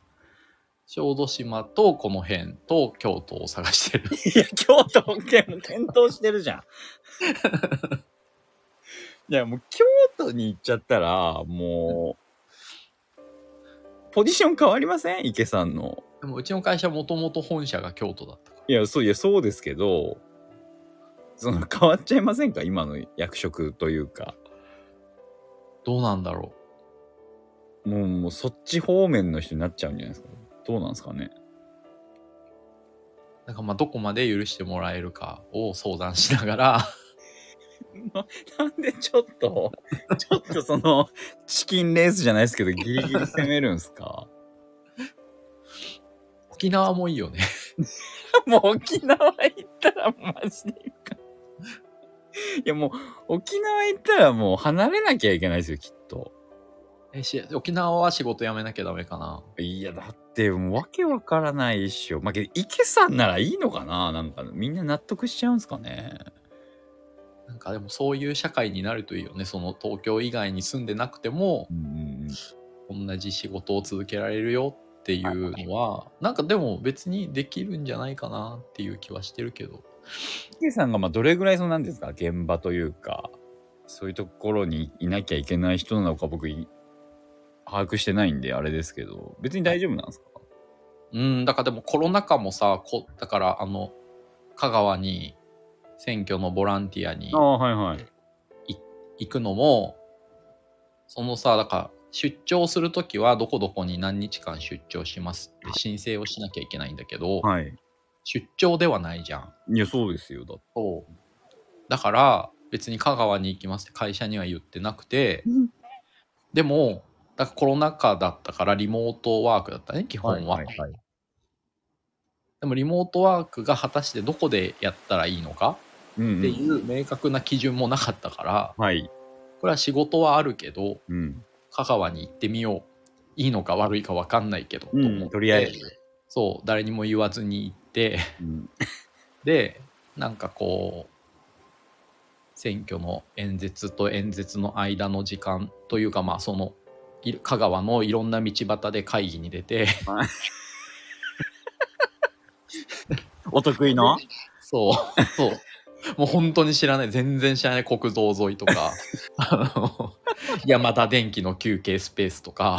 Speaker 2: 小豆島とこの辺と京都を探してる。
Speaker 1: いや、京都県も転倒してるじゃん。 いや、もう京都に行っちゃったら、もう、ポジション変わりません池さんの。
Speaker 2: でもうちの会社もともと本社が京都だったから。
Speaker 1: いや、そう、いや、そうですけど、その変わっちゃいませんか今の役職というか。
Speaker 2: どうなんだろ
Speaker 1: もう、もうそっち方面の人になっちゃうんじゃないですかどうなんですかね
Speaker 2: う。なんかまあどこまで許してもらえるかを相談しながら、
Speaker 1: ななんでちょっと、ちょっとその、チキンレースじゃないですけど、ギリギリ攻めるんすか
Speaker 2: 沖縄もいいよね。
Speaker 1: もう沖縄行ったらマジでいかんいやもう沖縄行ったらもう離れなきゃいけないですよきっと。
Speaker 2: えし沖縄は仕事辞めなきゃダメかな。
Speaker 1: いやだってもうわけわからないっしょ。まあ、けど池さんならいいのかななんかみんな納得しちゃうんすかね。
Speaker 2: なんかでもそういう社会になるといいよね。その東京以外に住んでなくても
Speaker 1: うん
Speaker 2: 同じ仕事を続けられるよっていうのは、なんかでも別にできるんじゃないかなっていう気はしてるけど。
Speaker 1: 池さんがまあどれぐらいそのなんていうんですか現場というかそういうところにいなきゃいけない人なのか僕い把握してないんであれですけど別に大丈夫なんですか
Speaker 2: うん、だからでもコロナ禍もさ、こだからあの、香川に選挙のボランティアに
Speaker 1: ああはいはい。
Speaker 2: 行くのも、そのさ、だから出張するときはどこどこに何日間出張しますって申請をしなきゃいけないんだけど、
Speaker 1: はい。
Speaker 2: 出張ではないじゃん。
Speaker 1: いやそうですよだって。
Speaker 2: そう。だから別に香川に行きますって会社には言ってなくて、
Speaker 1: うん
Speaker 2: でも、だからコロナ禍だったからリモートワークだったね、基本は。
Speaker 1: はい
Speaker 2: でもリモートワークが果たしてどこでやったらいいのか
Speaker 1: うんうん
Speaker 2: っていう明確な基準もなかったから、
Speaker 1: はい。
Speaker 2: これは仕事はあるけど、
Speaker 1: うん。
Speaker 2: 香川に行ってみよう。いいのか悪いか分かんないけど、
Speaker 1: うん
Speaker 2: 思って
Speaker 1: とりあえず。
Speaker 2: そう、誰にも言わずに行って、
Speaker 1: うん、
Speaker 2: で、なんかこう、選挙の演説と演説の間の時間というか、まあその、い香川のいろんな道端で会議に出て、
Speaker 1: お得意の
Speaker 2: そう、そう。もう本当に知らない、全然知らない国道沿いとか、 あの、山田電機の休憩スペースとか、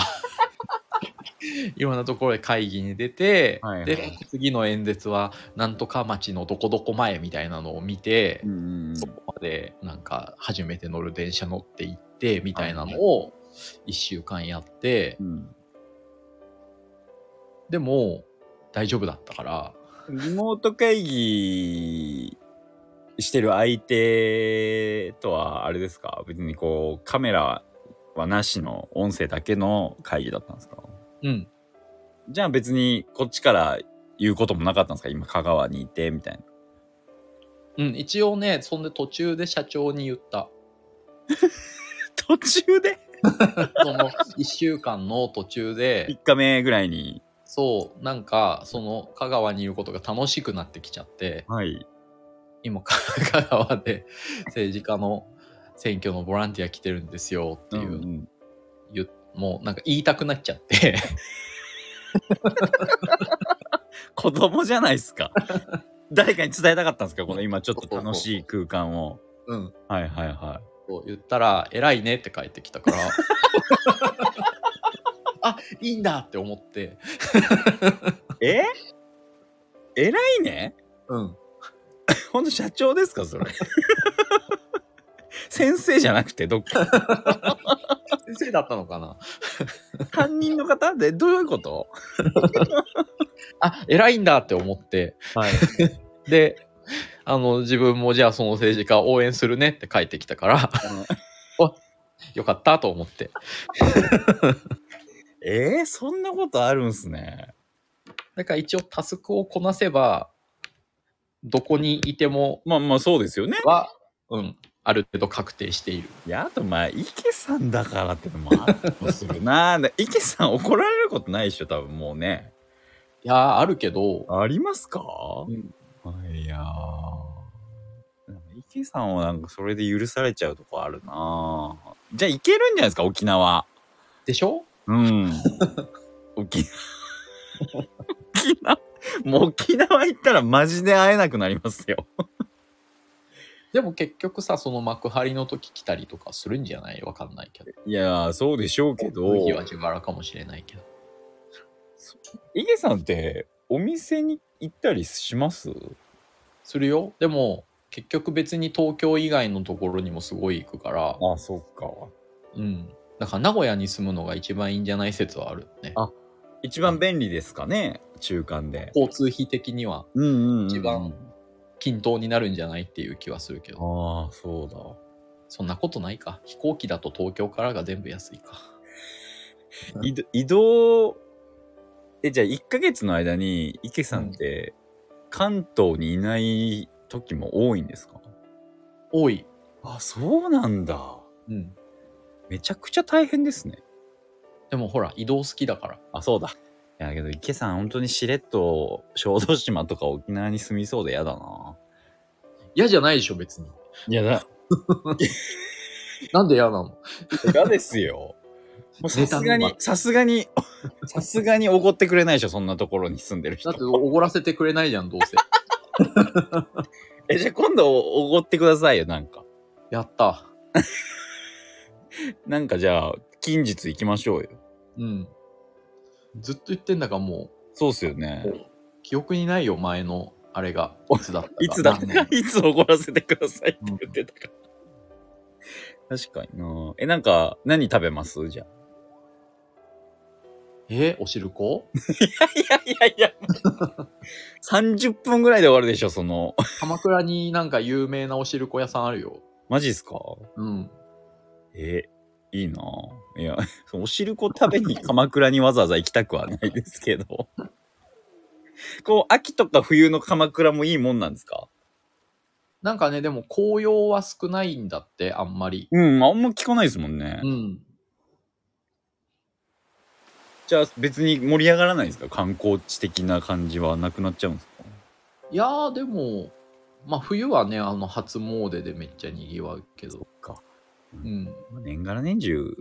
Speaker 2: いろんなところで会議に出て、
Speaker 1: はいはい
Speaker 2: で、次の演説は、なんとか町のどこどこ前みたいなのを見て、
Speaker 1: うん
Speaker 2: そこまで、なんか、初めて乗る電車乗って行って、みたいなのを、1週間やって、
Speaker 1: うん。
Speaker 2: でも、大丈夫だったから、
Speaker 1: リモート会議してる相手とはあれですか別にこうカメラはなしの音声だけの会議だったんですか
Speaker 2: うん、
Speaker 1: じゃあ別にこっちから言うこともなかったんですか今香川にいてみたいな。
Speaker 2: うん、一応ね、そんで途中で社長に言った。
Speaker 1: 途中で
Speaker 2: その1週 間の途中
Speaker 1: ?3
Speaker 2: で、
Speaker 1: 日目ぐらいに。
Speaker 2: そう、なんか、その、香川にいることが楽しくなってきちゃって、
Speaker 1: はい。
Speaker 2: 今、香川で政治家の選挙のボランティア来てるんですよっていう、
Speaker 1: うんうん
Speaker 2: 言うもうなんか言いたくなっちゃって
Speaker 1: 子供じゃないですか 誰かに伝えたかったんですかこの今ちょっと楽しい空間を
Speaker 2: うん
Speaker 1: はいはいは
Speaker 2: こう言ったら「偉いね」って返ってきたから あいいんだって思って
Speaker 1: いえ偉いね
Speaker 2: うん
Speaker 1: ほんと社長ですかそれ 先生じゃなくてどっか
Speaker 2: 先生だったのかな
Speaker 1: 担任の方でどういうこと
Speaker 2: あ偉いんだって思って
Speaker 1: はい
Speaker 2: であの自分もじゃあその政治家応援するねって返ってきたから よかったと思って
Speaker 1: えー、そんなことあるんすね
Speaker 2: だから一応タスクをこなせばどこにいても
Speaker 1: まあまあそうですよね
Speaker 2: は、うん、ある程度確定している。
Speaker 1: いやあとまあ池さんだからってのもあるとするなで池さん怒られることないでしょ多分もうね
Speaker 2: いやーあるけど、
Speaker 1: ありますか、
Speaker 2: うん
Speaker 1: いやーなんか池さんはなんかそれで許されちゃうとこあるなじゃあ行けるんじゃないですか沖縄
Speaker 2: でしょ
Speaker 1: うん 沖沖縄もう沖縄行ったらマジで会えなくなりますよ
Speaker 2: でも結局さ、その幕張の時来たりとかするんじゃないわかんないけど。
Speaker 1: いやーそうでしょうけど
Speaker 2: 日は自腹かもしれないけど。
Speaker 1: 池さんってお店に行ったりします
Speaker 2: するよ。でも、結局別に東京以外のところにもすごい行くから、
Speaker 1: あそっか
Speaker 2: うん。だから名古屋に住むのが一番いいんじゃない説はあるね
Speaker 1: あ。一番便利ですかね中間で
Speaker 2: 交通費的には
Speaker 1: うんうんうん、
Speaker 2: 一番均等になるんじゃないっていう気はするけど。
Speaker 1: ああそうだ
Speaker 2: そんなことないか。飛行機だと東京からが全部安いか。
Speaker 1: 移動移動えじゃあ1ヶ月の間に池さんって関東にいない時も多いんですか、
Speaker 2: 多い。
Speaker 1: あそうなんだ
Speaker 2: うん。
Speaker 1: めちゃくちゃ大変ですね
Speaker 2: でもほら、移動好きだから。
Speaker 1: あそうだいやけど池さん本当にしれっと小豆島とか沖縄に住みそうで嫌だな
Speaker 2: 嫌じゃないでしょ、別に。
Speaker 1: いやだ
Speaker 2: なんで嫌なの
Speaker 1: 嫌ですよもうさすがにさすがに さすがに怒ってくれないでしょそんなところに住んでる
Speaker 2: だ
Speaker 1: 人
Speaker 2: っておごらせてくれないじゃん、どうせ。
Speaker 1: えじゃあ今度おごってくださいよなんか
Speaker 2: やった。
Speaker 1: なんかじゃあ近日行きましょうよ
Speaker 2: うん。ずっと言ってんだからも
Speaker 1: そうっすよね
Speaker 2: う、記憶にないよ、前の、あれが。いつだったか。
Speaker 1: いつだっ
Speaker 2: 何
Speaker 1: た
Speaker 2: 年
Speaker 1: か、 いつ怒らせてくださいって言ってたから。確かになえ、なんか、何食べますじゃあ。
Speaker 2: えおしるこ
Speaker 1: いや いやいや。30分ぐらいで終わるでしょ、その。
Speaker 2: 鎌倉になんか有名なおしるこ屋さんあるよ。
Speaker 1: マジっすか
Speaker 2: うん。
Speaker 1: え、いいないや、そのお汁粉食べに鎌倉にわざわざ行きたくはないですけど。 こう、秋とか冬の鎌倉もいいもんなんですか
Speaker 2: なんかね、でも紅葉は少ないんだって、あんまり。
Speaker 1: うん、あんま聞かないですもんね。
Speaker 2: うん。
Speaker 1: じゃあ別に盛り上がらないですか観光地的な感じはなくなっちゃうんですか
Speaker 2: いやー、でも、まあ冬はね、あの、初詣でめっちゃ賑わうけど。
Speaker 1: か
Speaker 2: うん。
Speaker 1: 年がら年中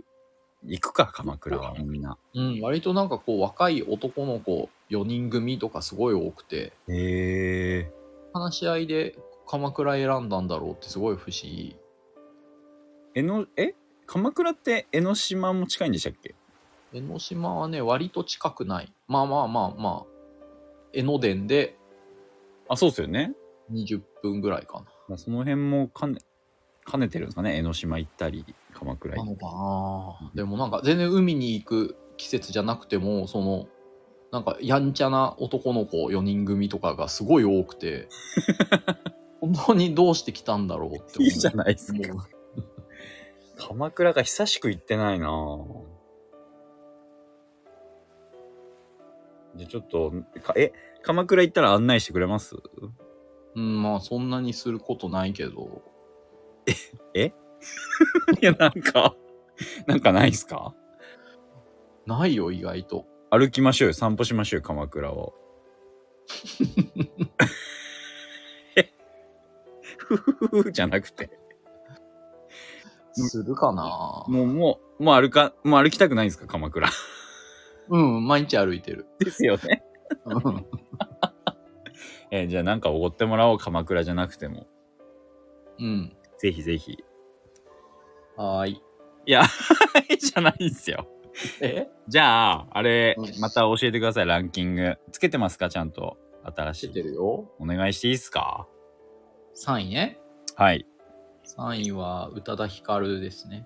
Speaker 1: 行くか鎌倉はみんな
Speaker 2: うん、割となんかこう若い男の子4人組とかすごい多くて
Speaker 1: へえ
Speaker 2: 話し合いで鎌倉選んだんだろうってすごい不思議
Speaker 1: えのえ鎌倉って江ノ島も近いんでしたっけ
Speaker 2: 江ノ島はね割と近くないまあまあまあまあ江ノ電で
Speaker 1: あそうっすよね
Speaker 2: 20分ぐらいか
Speaker 1: まあその辺も兼ね兼ねてるんですかね江ノ島行ったり鎌倉
Speaker 2: なな
Speaker 1: 行っ
Speaker 2: のかなでもなんか全然海に行く季節じゃなくてもそのなんかやんちゃな男の子4人組とかがすごい多 くて本当にどうして来たんだろうって
Speaker 1: たり
Speaker 2: 思
Speaker 1: いいじゃないですか
Speaker 2: うもう
Speaker 1: 鎌倉が久しく行ってないなぁじゃあちょっとかえ鎌倉行ったら案内してくれます
Speaker 2: うん、まあそんなにすることないけど、
Speaker 1: いやなんかなんかないっすか
Speaker 2: ないよ、意外と。
Speaker 1: 歩きましょうよ散歩しましょうよ鎌倉をえふふふふじゃなくて
Speaker 2: するかな
Speaker 1: もう、もう、もう歩か、もう歩きたくないんですか、鎌倉。
Speaker 2: うん、毎日歩いてる。
Speaker 1: ですよね。
Speaker 2: うん
Speaker 1: えーじゃあなんかおごってもらおう、鎌倉じゃなくても。
Speaker 2: うん。
Speaker 1: ぜひぜひ。
Speaker 2: はーい。
Speaker 1: いや、じゃないんですよ。
Speaker 2: え
Speaker 1: じゃあ、あれ
Speaker 2: う、ん
Speaker 1: また教えてください、ランキング。つけてますか、ちゃんと。新し
Speaker 2: 知っ
Speaker 1: い。
Speaker 2: てるよ。
Speaker 1: お願いしていいですか
Speaker 2: 3位ね。
Speaker 1: はい。
Speaker 2: 3位は宇多田ヒカルですね。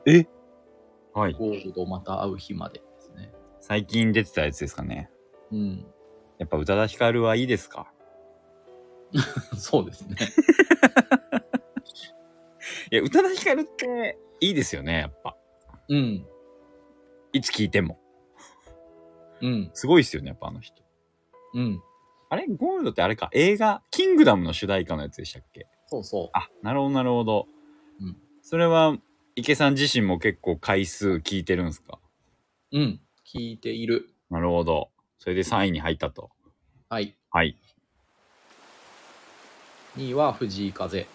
Speaker 1: はい。
Speaker 2: ゴールドまた会う日までですね。
Speaker 1: 最近出てたやつですかね。
Speaker 2: うん。
Speaker 1: やっぱ宇多田ヒカルはいいですか
Speaker 2: そうですね。
Speaker 1: いや、宇多田ヒカルっていいですよね、やっぱ。
Speaker 2: うん。
Speaker 1: いつ聴いても。
Speaker 2: うん。
Speaker 1: すごいですよね、やっぱあの人。
Speaker 2: うん。
Speaker 1: あれゴールドってあれか、映画、キングダムの主題歌のやつでしたっけ
Speaker 2: そうそ
Speaker 1: あ、なるほど、なるほど。
Speaker 2: うん
Speaker 1: それは、池さん自身も結構回数聞いてるんですか
Speaker 2: う。うん。聞いている。
Speaker 1: なるほど。それで3位に入ったと。
Speaker 2: はい。
Speaker 1: はい。
Speaker 2: 2位は藤井風、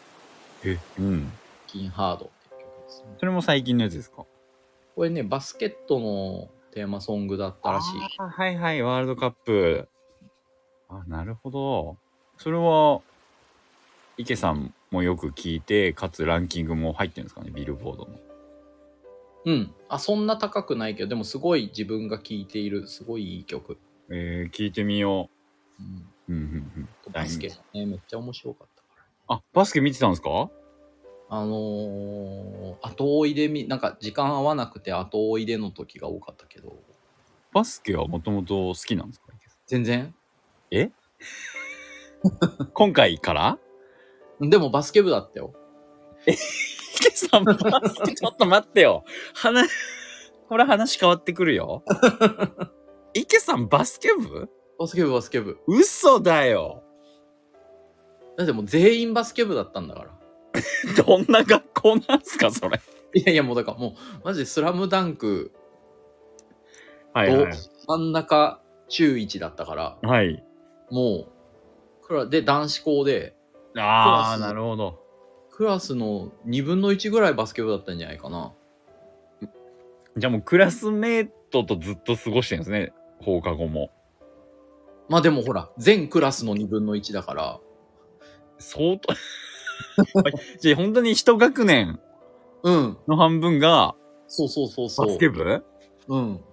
Speaker 1: え、うん。
Speaker 2: キンハードっていう曲ですね。
Speaker 1: それも最近のやつですか
Speaker 2: これね、バスケットのテーマソングだったらしい。
Speaker 1: あーはいはい、ワールドカップ。あ、なるほど。それは、池さんもよく聞いて、かつランキングも入ってるんですかね、ビルボードの。
Speaker 2: うん。あ、そんな高くないけど、でもすごい自分が聴いている、すごいいい曲。
Speaker 1: えー、聞いてみよ
Speaker 2: うん。
Speaker 1: う。うんうんうん。
Speaker 2: バスケもね、めっちゃ面白かったから。
Speaker 1: あ、バスケ見てたんですか
Speaker 2: あのー、後追いでみ、なんか時間合わなくて後追いでの時が多かったけど、
Speaker 1: バスケはもともと好きなんですか池さ
Speaker 2: 全然
Speaker 1: ん今回から
Speaker 2: でもバスケ部だったよ。
Speaker 1: 池さん、バスケ、ちょっと待ってよ。話、これ話変わってくる よ。池さん、バスケ部
Speaker 2: バスケ部、バスケ部。
Speaker 1: 嘘だよ。
Speaker 2: だってもう全員バスケ部だったんだから。
Speaker 1: どんな学校なんすか、それ。
Speaker 2: いやいや、もうだからもう、マジでスラムダンク、
Speaker 1: は
Speaker 2: 真ん中中1だったから、
Speaker 1: はい。
Speaker 2: もう、クラで、男子校で、
Speaker 1: ああ、
Speaker 2: クラス
Speaker 1: なるほど。
Speaker 2: クラスの2分の1ぐらいバスケ部だったんじゃないかな。
Speaker 1: じゃあもうクラスメートとずっと過ごしてるんですね。放課後も。
Speaker 2: まあでもほら、全クラスの2分の1だから、
Speaker 1: 相当。 じゃあ本当に一学年
Speaker 2: うん、
Speaker 1: の半分が
Speaker 2: そうそうそうそう。
Speaker 1: バスケ部
Speaker 2: うん。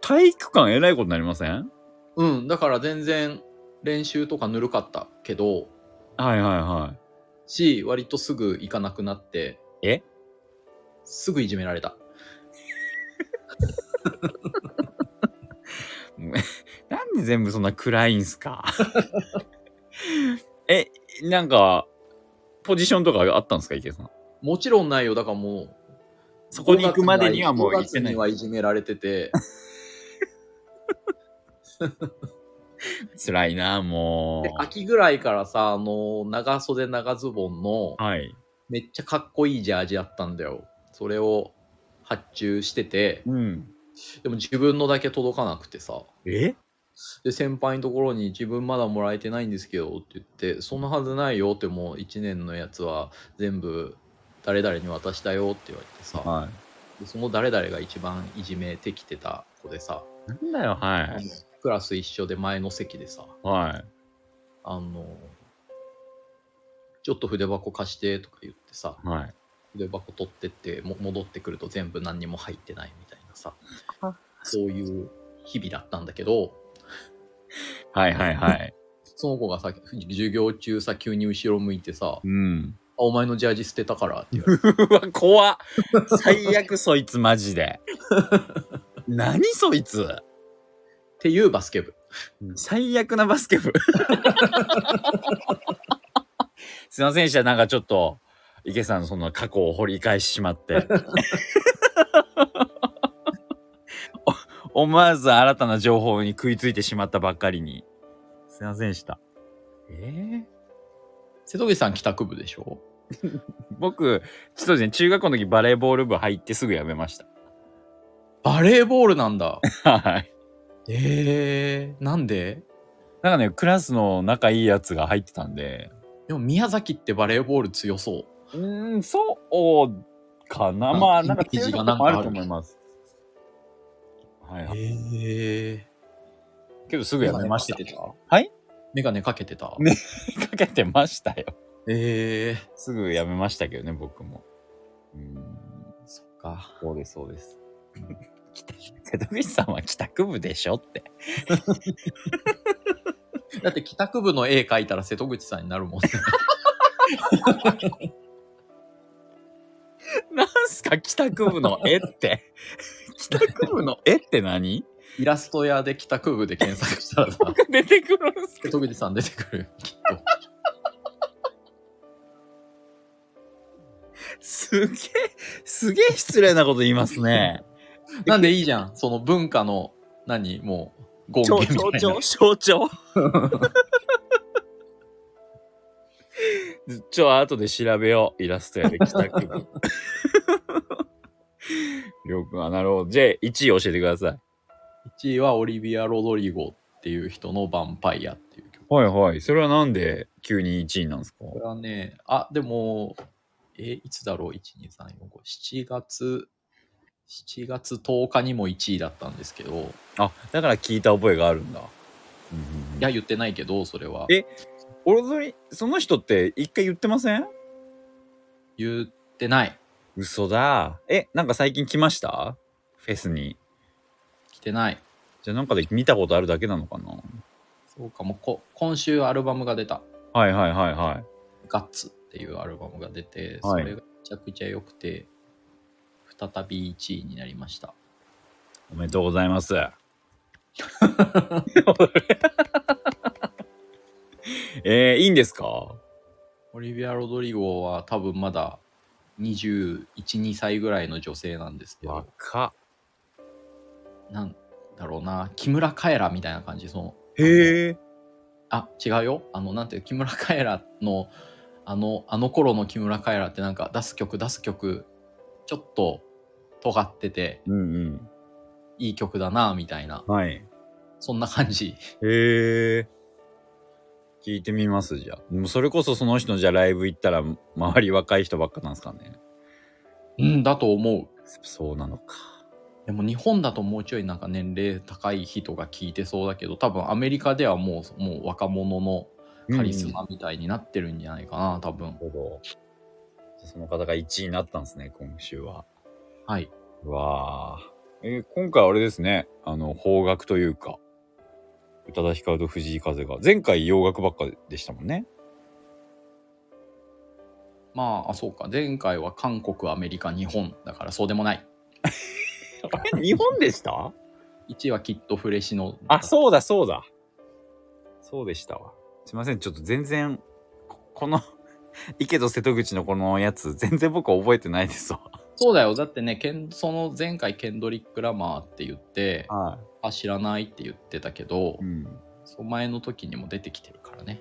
Speaker 1: 体育館えらいことになりません
Speaker 2: うん、だから全然練習とかぬるかったけど、
Speaker 1: はいはいは
Speaker 2: し、割とすぐ行かなくなって、
Speaker 1: え
Speaker 2: すぐいじめられた。
Speaker 1: い。なんで全部そんな暗いんす かえ、なんか、ポジションとかあったんですか池さん。
Speaker 2: もちろんないよ、だからもう、
Speaker 1: そこに行くまでにはもう
Speaker 2: 5
Speaker 1: 行
Speaker 2: 月
Speaker 1: け
Speaker 2: に
Speaker 1: な
Speaker 2: はい5月に。はいじめられてて、
Speaker 1: 辛いな、も
Speaker 2: で
Speaker 1: う。
Speaker 2: 秋ぐらいからさ、あの、長袖長ズボンの、
Speaker 1: はい。
Speaker 2: めっちゃかっこいいジャージだったんだよ。それを発注してて、
Speaker 1: うん。
Speaker 2: でも自分のだけ届かなくてさ、
Speaker 1: え
Speaker 2: で、先輩のところに自分まだもらえてないんですけどって言って、そんなはずないよってもう1年のやつは全部誰々に渡したよって言われてさ、
Speaker 1: は
Speaker 2: でその誰々が一番いじめてきてた子でさ、
Speaker 1: い。なんだよ、はい。
Speaker 2: クラス一緒で前の席でさ、
Speaker 1: はい。
Speaker 2: あの、ちょっと筆箱貸してとか言ってさ、
Speaker 1: はい。
Speaker 2: 筆箱取ってっても戻ってくると全部何にも入ってないみたいなさ
Speaker 1: あ、
Speaker 2: そういう日々だったんだけど、
Speaker 1: はいはいはい。
Speaker 2: その子がさ、授業中さ、急に後ろ向いてさ、
Speaker 1: うん。
Speaker 2: あお前のジャージ捨てたからって言われて。
Speaker 1: うわ、怖っ最悪そいつマジ で。何そいつ
Speaker 2: っていうバスケ部。
Speaker 1: 最悪なバスケ 部。すいませんでした。なんかちょっと、池さんのその過去を掘り返してしまって。 お思わず新たな情報に食いついてしまったばっかりに。すいませんでした。ええ
Speaker 2: 瀬戸口さん帰宅部でしょ
Speaker 1: 僕、そうですね、中学校の時バレーボール部入ってすぐ辞めまし
Speaker 2: バレーボールなん だ。
Speaker 1: た。はい。
Speaker 2: えー、なんで
Speaker 1: なんかね、クラスの仲いいやつが入ってたんで、
Speaker 2: でも宮崎ってバレーボール強そう。
Speaker 1: うーん、そうかなまあ、な
Speaker 2: な
Speaker 1: んん
Speaker 2: か
Speaker 1: か
Speaker 2: 記
Speaker 1: 強
Speaker 2: 事
Speaker 1: いと
Speaker 2: が
Speaker 1: こ
Speaker 2: なんか
Speaker 1: も
Speaker 2: あ
Speaker 1: あ
Speaker 2: る
Speaker 1: ると思います。はいはい。
Speaker 2: え
Speaker 1: けどす
Speaker 2: ー。
Speaker 1: ぐやめました。
Speaker 2: メガネかけてた
Speaker 1: はい
Speaker 2: メガネかけ
Speaker 1: ね
Speaker 2: てた。
Speaker 1: かけてましたよ。
Speaker 2: えー。
Speaker 1: すぐやめましたけどね、僕も。うん。
Speaker 2: そっか。
Speaker 1: そうです、そうです。瀬戸口さんは帰宅部でしょって。
Speaker 2: だって帰宅部の絵描いたら瀬戸口さんにな るもんね。
Speaker 1: なんすか、帰宅部の絵って。帰宅部の絵って何
Speaker 2: イラスト屋で帰宅部で検索したらさ、
Speaker 1: 出てくるんす
Speaker 2: 瀬
Speaker 1: か
Speaker 2: 戸口さん出てくるよきっと。
Speaker 1: すげえ、すげえ失礼なこと言いますね。
Speaker 2: なんでいいじゃん。その文化の、何もう、ゴ
Speaker 1: 象
Speaker 2: ンゲみ
Speaker 1: 徴
Speaker 2: たいな
Speaker 1: 象。象 徴ちょ、後で調べよう。イラストやで帰宅 部。りょうくんは、なるほど。じゃあ、1位教えてください。
Speaker 2: 1位はオリビア・ロドリゴっていう人の「ヴァンパイア」っていう曲。
Speaker 1: はいはい。それはなんで急に1位なんですか
Speaker 2: これはね、あ、でも、え、いつだろう ?1,2,3,4,5,7 月、7月10日にも1位だったんですけど、
Speaker 1: あ、だから聞いた覚えがあるんだ。
Speaker 2: いや、言ってないけど、それは。
Speaker 1: え俺のいその人って一回言ってません
Speaker 2: 言ってない。
Speaker 1: 嘘だ。え、なんか最近来ましたフェスに。
Speaker 2: 来てない。
Speaker 1: じゃあなんかで見たことあるだけなのかな
Speaker 2: そうかも、こ今週アルバムが出た。
Speaker 1: はいはいはいはい。
Speaker 2: ガッツっていうアルバムが出て、そ
Speaker 1: はい
Speaker 2: れがめちゃくちゃ良くて、再び1位になりました。
Speaker 1: おめでとうござい ます。えー、いいんですか
Speaker 2: オリビア・ロドリゴは多分まだ21、2歳ぐらいの女性なんですけど、
Speaker 1: 若
Speaker 2: なんだろうな、木村カエラみたいな感じ、その、
Speaker 1: へえ。
Speaker 2: あ、違うよ。あの、なんていう、木村カエラの、あの、あの頃の木村カエラってなんか出す曲出す曲、ちょっと尖ってて、
Speaker 1: うんうん。
Speaker 2: いい曲だな、みたいな、
Speaker 1: はい。
Speaker 2: そんな感じ。
Speaker 1: へえ。聞いてみます、じゃあ。でもそれこそその人、じゃあライブ行ったら、周り若い人ばっかなんですかね。
Speaker 2: うんだと思う。
Speaker 1: そうなのか。
Speaker 2: でも日本だともうちょいなんか年齢高い人が聴いてそうだけど、多分アメリカではもう、もう若者のカリスマみたいになってるんじゃないかな、多
Speaker 1: な
Speaker 2: 分。
Speaker 1: るほど。じゃあその方が1位になったんですね、今週は。
Speaker 2: はい。
Speaker 1: うわあ。えー今回あれですね、あの、邦楽というか、宇多田ヒカルと藤井風が、前回洋楽ばっかでしたもんね。
Speaker 2: まあ、あ、そうか。前回は韓国、アメリカ、日本だからそうでもない。
Speaker 1: あれ、日本でした
Speaker 2: 1位はきっとフレシノ。
Speaker 1: あ、そうだ、そうだ。そうでしたわ。すいません、ちょっと全然、ここの、 池と瀬戸口のこのやつ、全然僕覚えてないですわ。
Speaker 2: そうだよ。だってね、ケンその前回ケンドリック・ラマーって言って、
Speaker 1: は
Speaker 2: あ、知らないって言ってたけど、
Speaker 1: うん。
Speaker 2: その前の時にも出てきてるからね。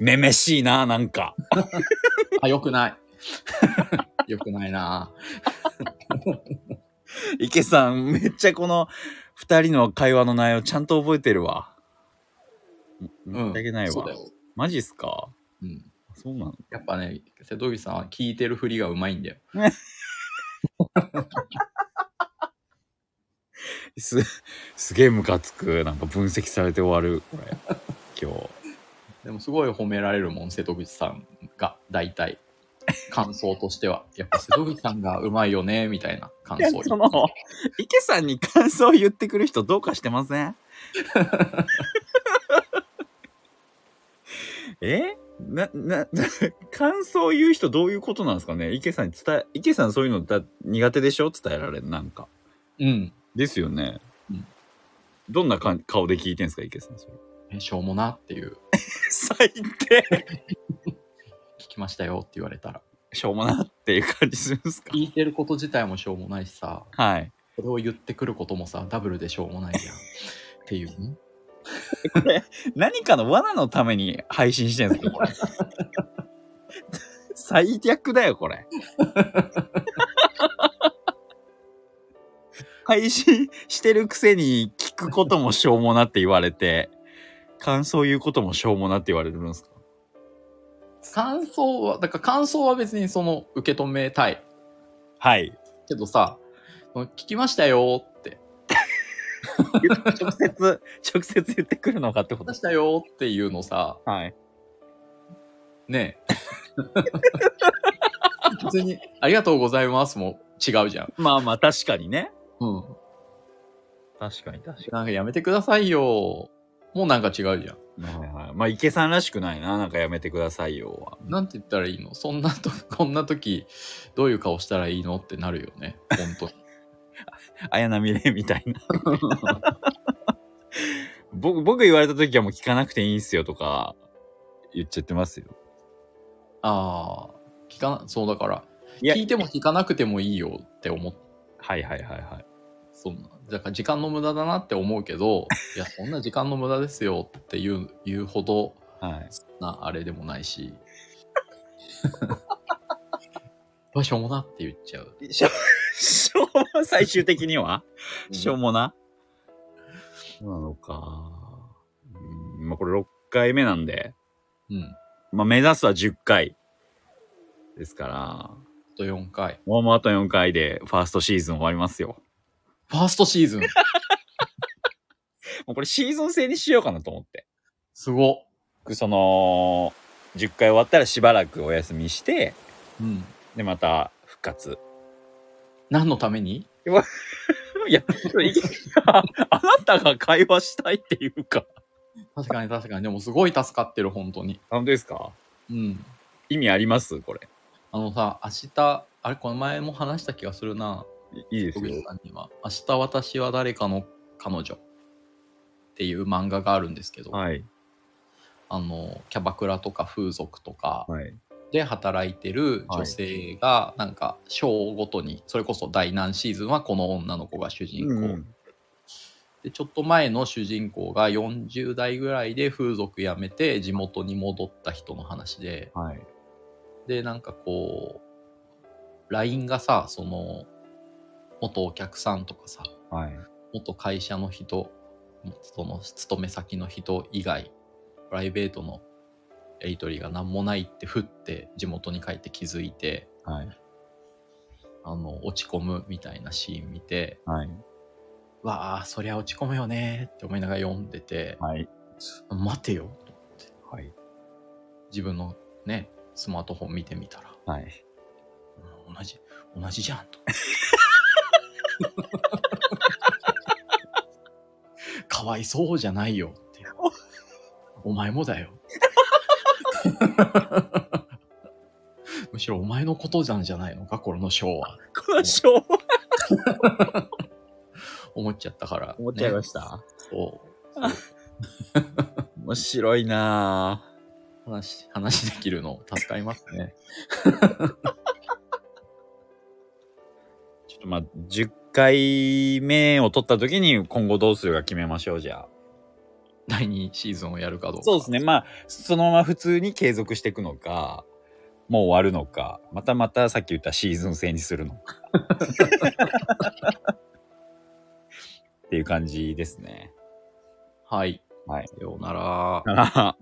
Speaker 1: めめしいな、なんか。
Speaker 2: あ、よく ない。よくないな。
Speaker 1: 池さん、めっちゃこの二人の会話の内容ちゃんと覚えてるわ。
Speaker 2: う
Speaker 1: 申
Speaker 2: ん。
Speaker 1: し訳ない
Speaker 2: そう
Speaker 1: わ
Speaker 2: だ。よ。
Speaker 1: マジっすか
Speaker 2: うん。
Speaker 1: そうなの
Speaker 2: やっぱね、瀬戸口さんは聞いてる振りがうまいんだよ。
Speaker 1: す、すげえムカつく。なんか分析されて終わる、これ。今日。
Speaker 2: でもすごい褒められるもん、瀬戸口さんが、大体。感想として は。やっぱ瀬戸口さんがうまいよね、みたいな感
Speaker 1: いや、
Speaker 2: 想。
Speaker 1: その、池さんに感想を言ってくる人どうかしてません えな、な、 感想を言う人どういうことなんですかね池さんに伝え、池さんそういうのだ苦手でしょ伝えられる、なんか。
Speaker 2: うん。
Speaker 1: ですよね。
Speaker 2: うん
Speaker 1: どんなかん顔で聞いてんすか、池さん。それ
Speaker 2: えしょうもなっていう。
Speaker 1: 最低
Speaker 2: 聞きましたよって言われたら。
Speaker 1: しょうもなっていう感じするんすか
Speaker 2: 聞いてること自体もしょうもないしさ、
Speaker 1: はい。
Speaker 2: それを言ってくることもさ、ダブルでしょうもない じゃん。っていうね。
Speaker 1: 何かの罠のために配信してんすか、これ。最悪だよ、これ。配信してるくせに聞くこともしょうもなって言われて、感想言うこともしょうもなって言われるんですか
Speaker 2: 感想は、だから感想は別にその受け止めたい。
Speaker 1: はい。
Speaker 2: けどさ、その聞きましたよって、
Speaker 1: 直接、直接言ってくるのかってこ
Speaker 2: 聞き
Speaker 1: と
Speaker 2: ましたよっていうのさ、
Speaker 1: はい。
Speaker 2: ね え。別に、ありがとうございますも違うじゃん。
Speaker 1: まあまあ、確かにね。
Speaker 2: うん。
Speaker 1: 確かに確
Speaker 2: なんかやめてくださいよ。もうなんか違うじゃん。
Speaker 1: に。はいはい。まあ、池さんらしくないな。なんかやめてくださいよは。
Speaker 2: なんて言ったらいいのそんなと、 こんな時、どういう顔したらいいのってなるよね。本当に。
Speaker 1: 綾波レイみたいな。 僕、僕言われた時はもう聞かなくていいんすよとか、言っちゃってますよ。
Speaker 2: ああ、聞かな、そうだから、
Speaker 1: いや
Speaker 2: 聞いても聞かなくてもいいよって思っ
Speaker 1: はいはいはいはい。
Speaker 2: そんな、だから時間の無駄だなって思うけど、いや、そんな時間の無駄ですよっていう、言うほど
Speaker 1: はい。
Speaker 2: なあれでもないし。 わしょうもなって言っちゃう。
Speaker 1: しょ、しょうも最終的にはしょうもな。そうなのか。うんまあこれ6回目なんで、
Speaker 2: うん。
Speaker 1: まあ目指すは10回ですから、
Speaker 2: あと4回。
Speaker 1: もうもうあと4回でファーストシーズン終わりますよ。
Speaker 2: ファーストシーズン。
Speaker 1: もうこれシーズン制にしようかなと思って。
Speaker 2: すご。
Speaker 1: 僕その、10回終わったらしばらくお休みして、
Speaker 2: うん。
Speaker 1: でまた復活。
Speaker 2: 何のために
Speaker 1: いや、いや あなたが会話したいっていうか。
Speaker 2: 確かに確かに。でもすごい助かってる、本当に。
Speaker 1: 本当ですか
Speaker 2: うん。
Speaker 1: 意味ありますこれ。
Speaker 2: あのさ、明日、あれ、この前も話した気がするな。
Speaker 1: いいで
Speaker 2: 小口さんには。明日私は誰かの彼女っていう漫画があるんですけど、
Speaker 1: はい。
Speaker 2: あの、キャバクラとか風俗とか
Speaker 1: はい。
Speaker 2: で働いてる女性が、なんか、章ごとに、それこそ第何シーズンはこの女の子が主人公。で、ちょっと前の主人公が40代ぐらいで風俗辞めて地元に戻った人の話で、
Speaker 1: はい。
Speaker 2: でなんかこう LINE がさその元お客さんとかさ
Speaker 1: はい。
Speaker 2: 元会社の人その勤め先の人以外プライベートのやり取りが何もないってふって地元に帰って気づいて
Speaker 1: はい。
Speaker 2: あの落ち込むみたいなシーン見て
Speaker 1: はい。
Speaker 2: わあそりゃ落ち込むよねって思いながら読んでて
Speaker 1: はい。
Speaker 2: 待てよ
Speaker 1: はい。
Speaker 2: 自分のねスマートフォン見てみたら
Speaker 1: はい。
Speaker 2: うん同じ同じじゃんと かわいそうじゃないよってお前もだよむしろお前のことなんじゃないのかこの章は
Speaker 1: この昭和
Speaker 2: 思っちゃったから、
Speaker 1: 思っちゃいま
Speaker 2: し
Speaker 1: した。
Speaker 2: た、そ
Speaker 1: 面白いなぁ。
Speaker 2: う話 話できるの助かりますね
Speaker 1: ちょっとまあ、10回目を取った時に今後どうするか決めましょう、じゃあ。
Speaker 2: 第2シーズンをやるかどうか
Speaker 1: そうですね。まあ、そのまま普通に継続していくのか、もう終わるのか、またまたさっき言ったシーズン制にするのか。っていう感じですね。
Speaker 2: はい
Speaker 1: はい。
Speaker 2: さようなら
Speaker 1: あら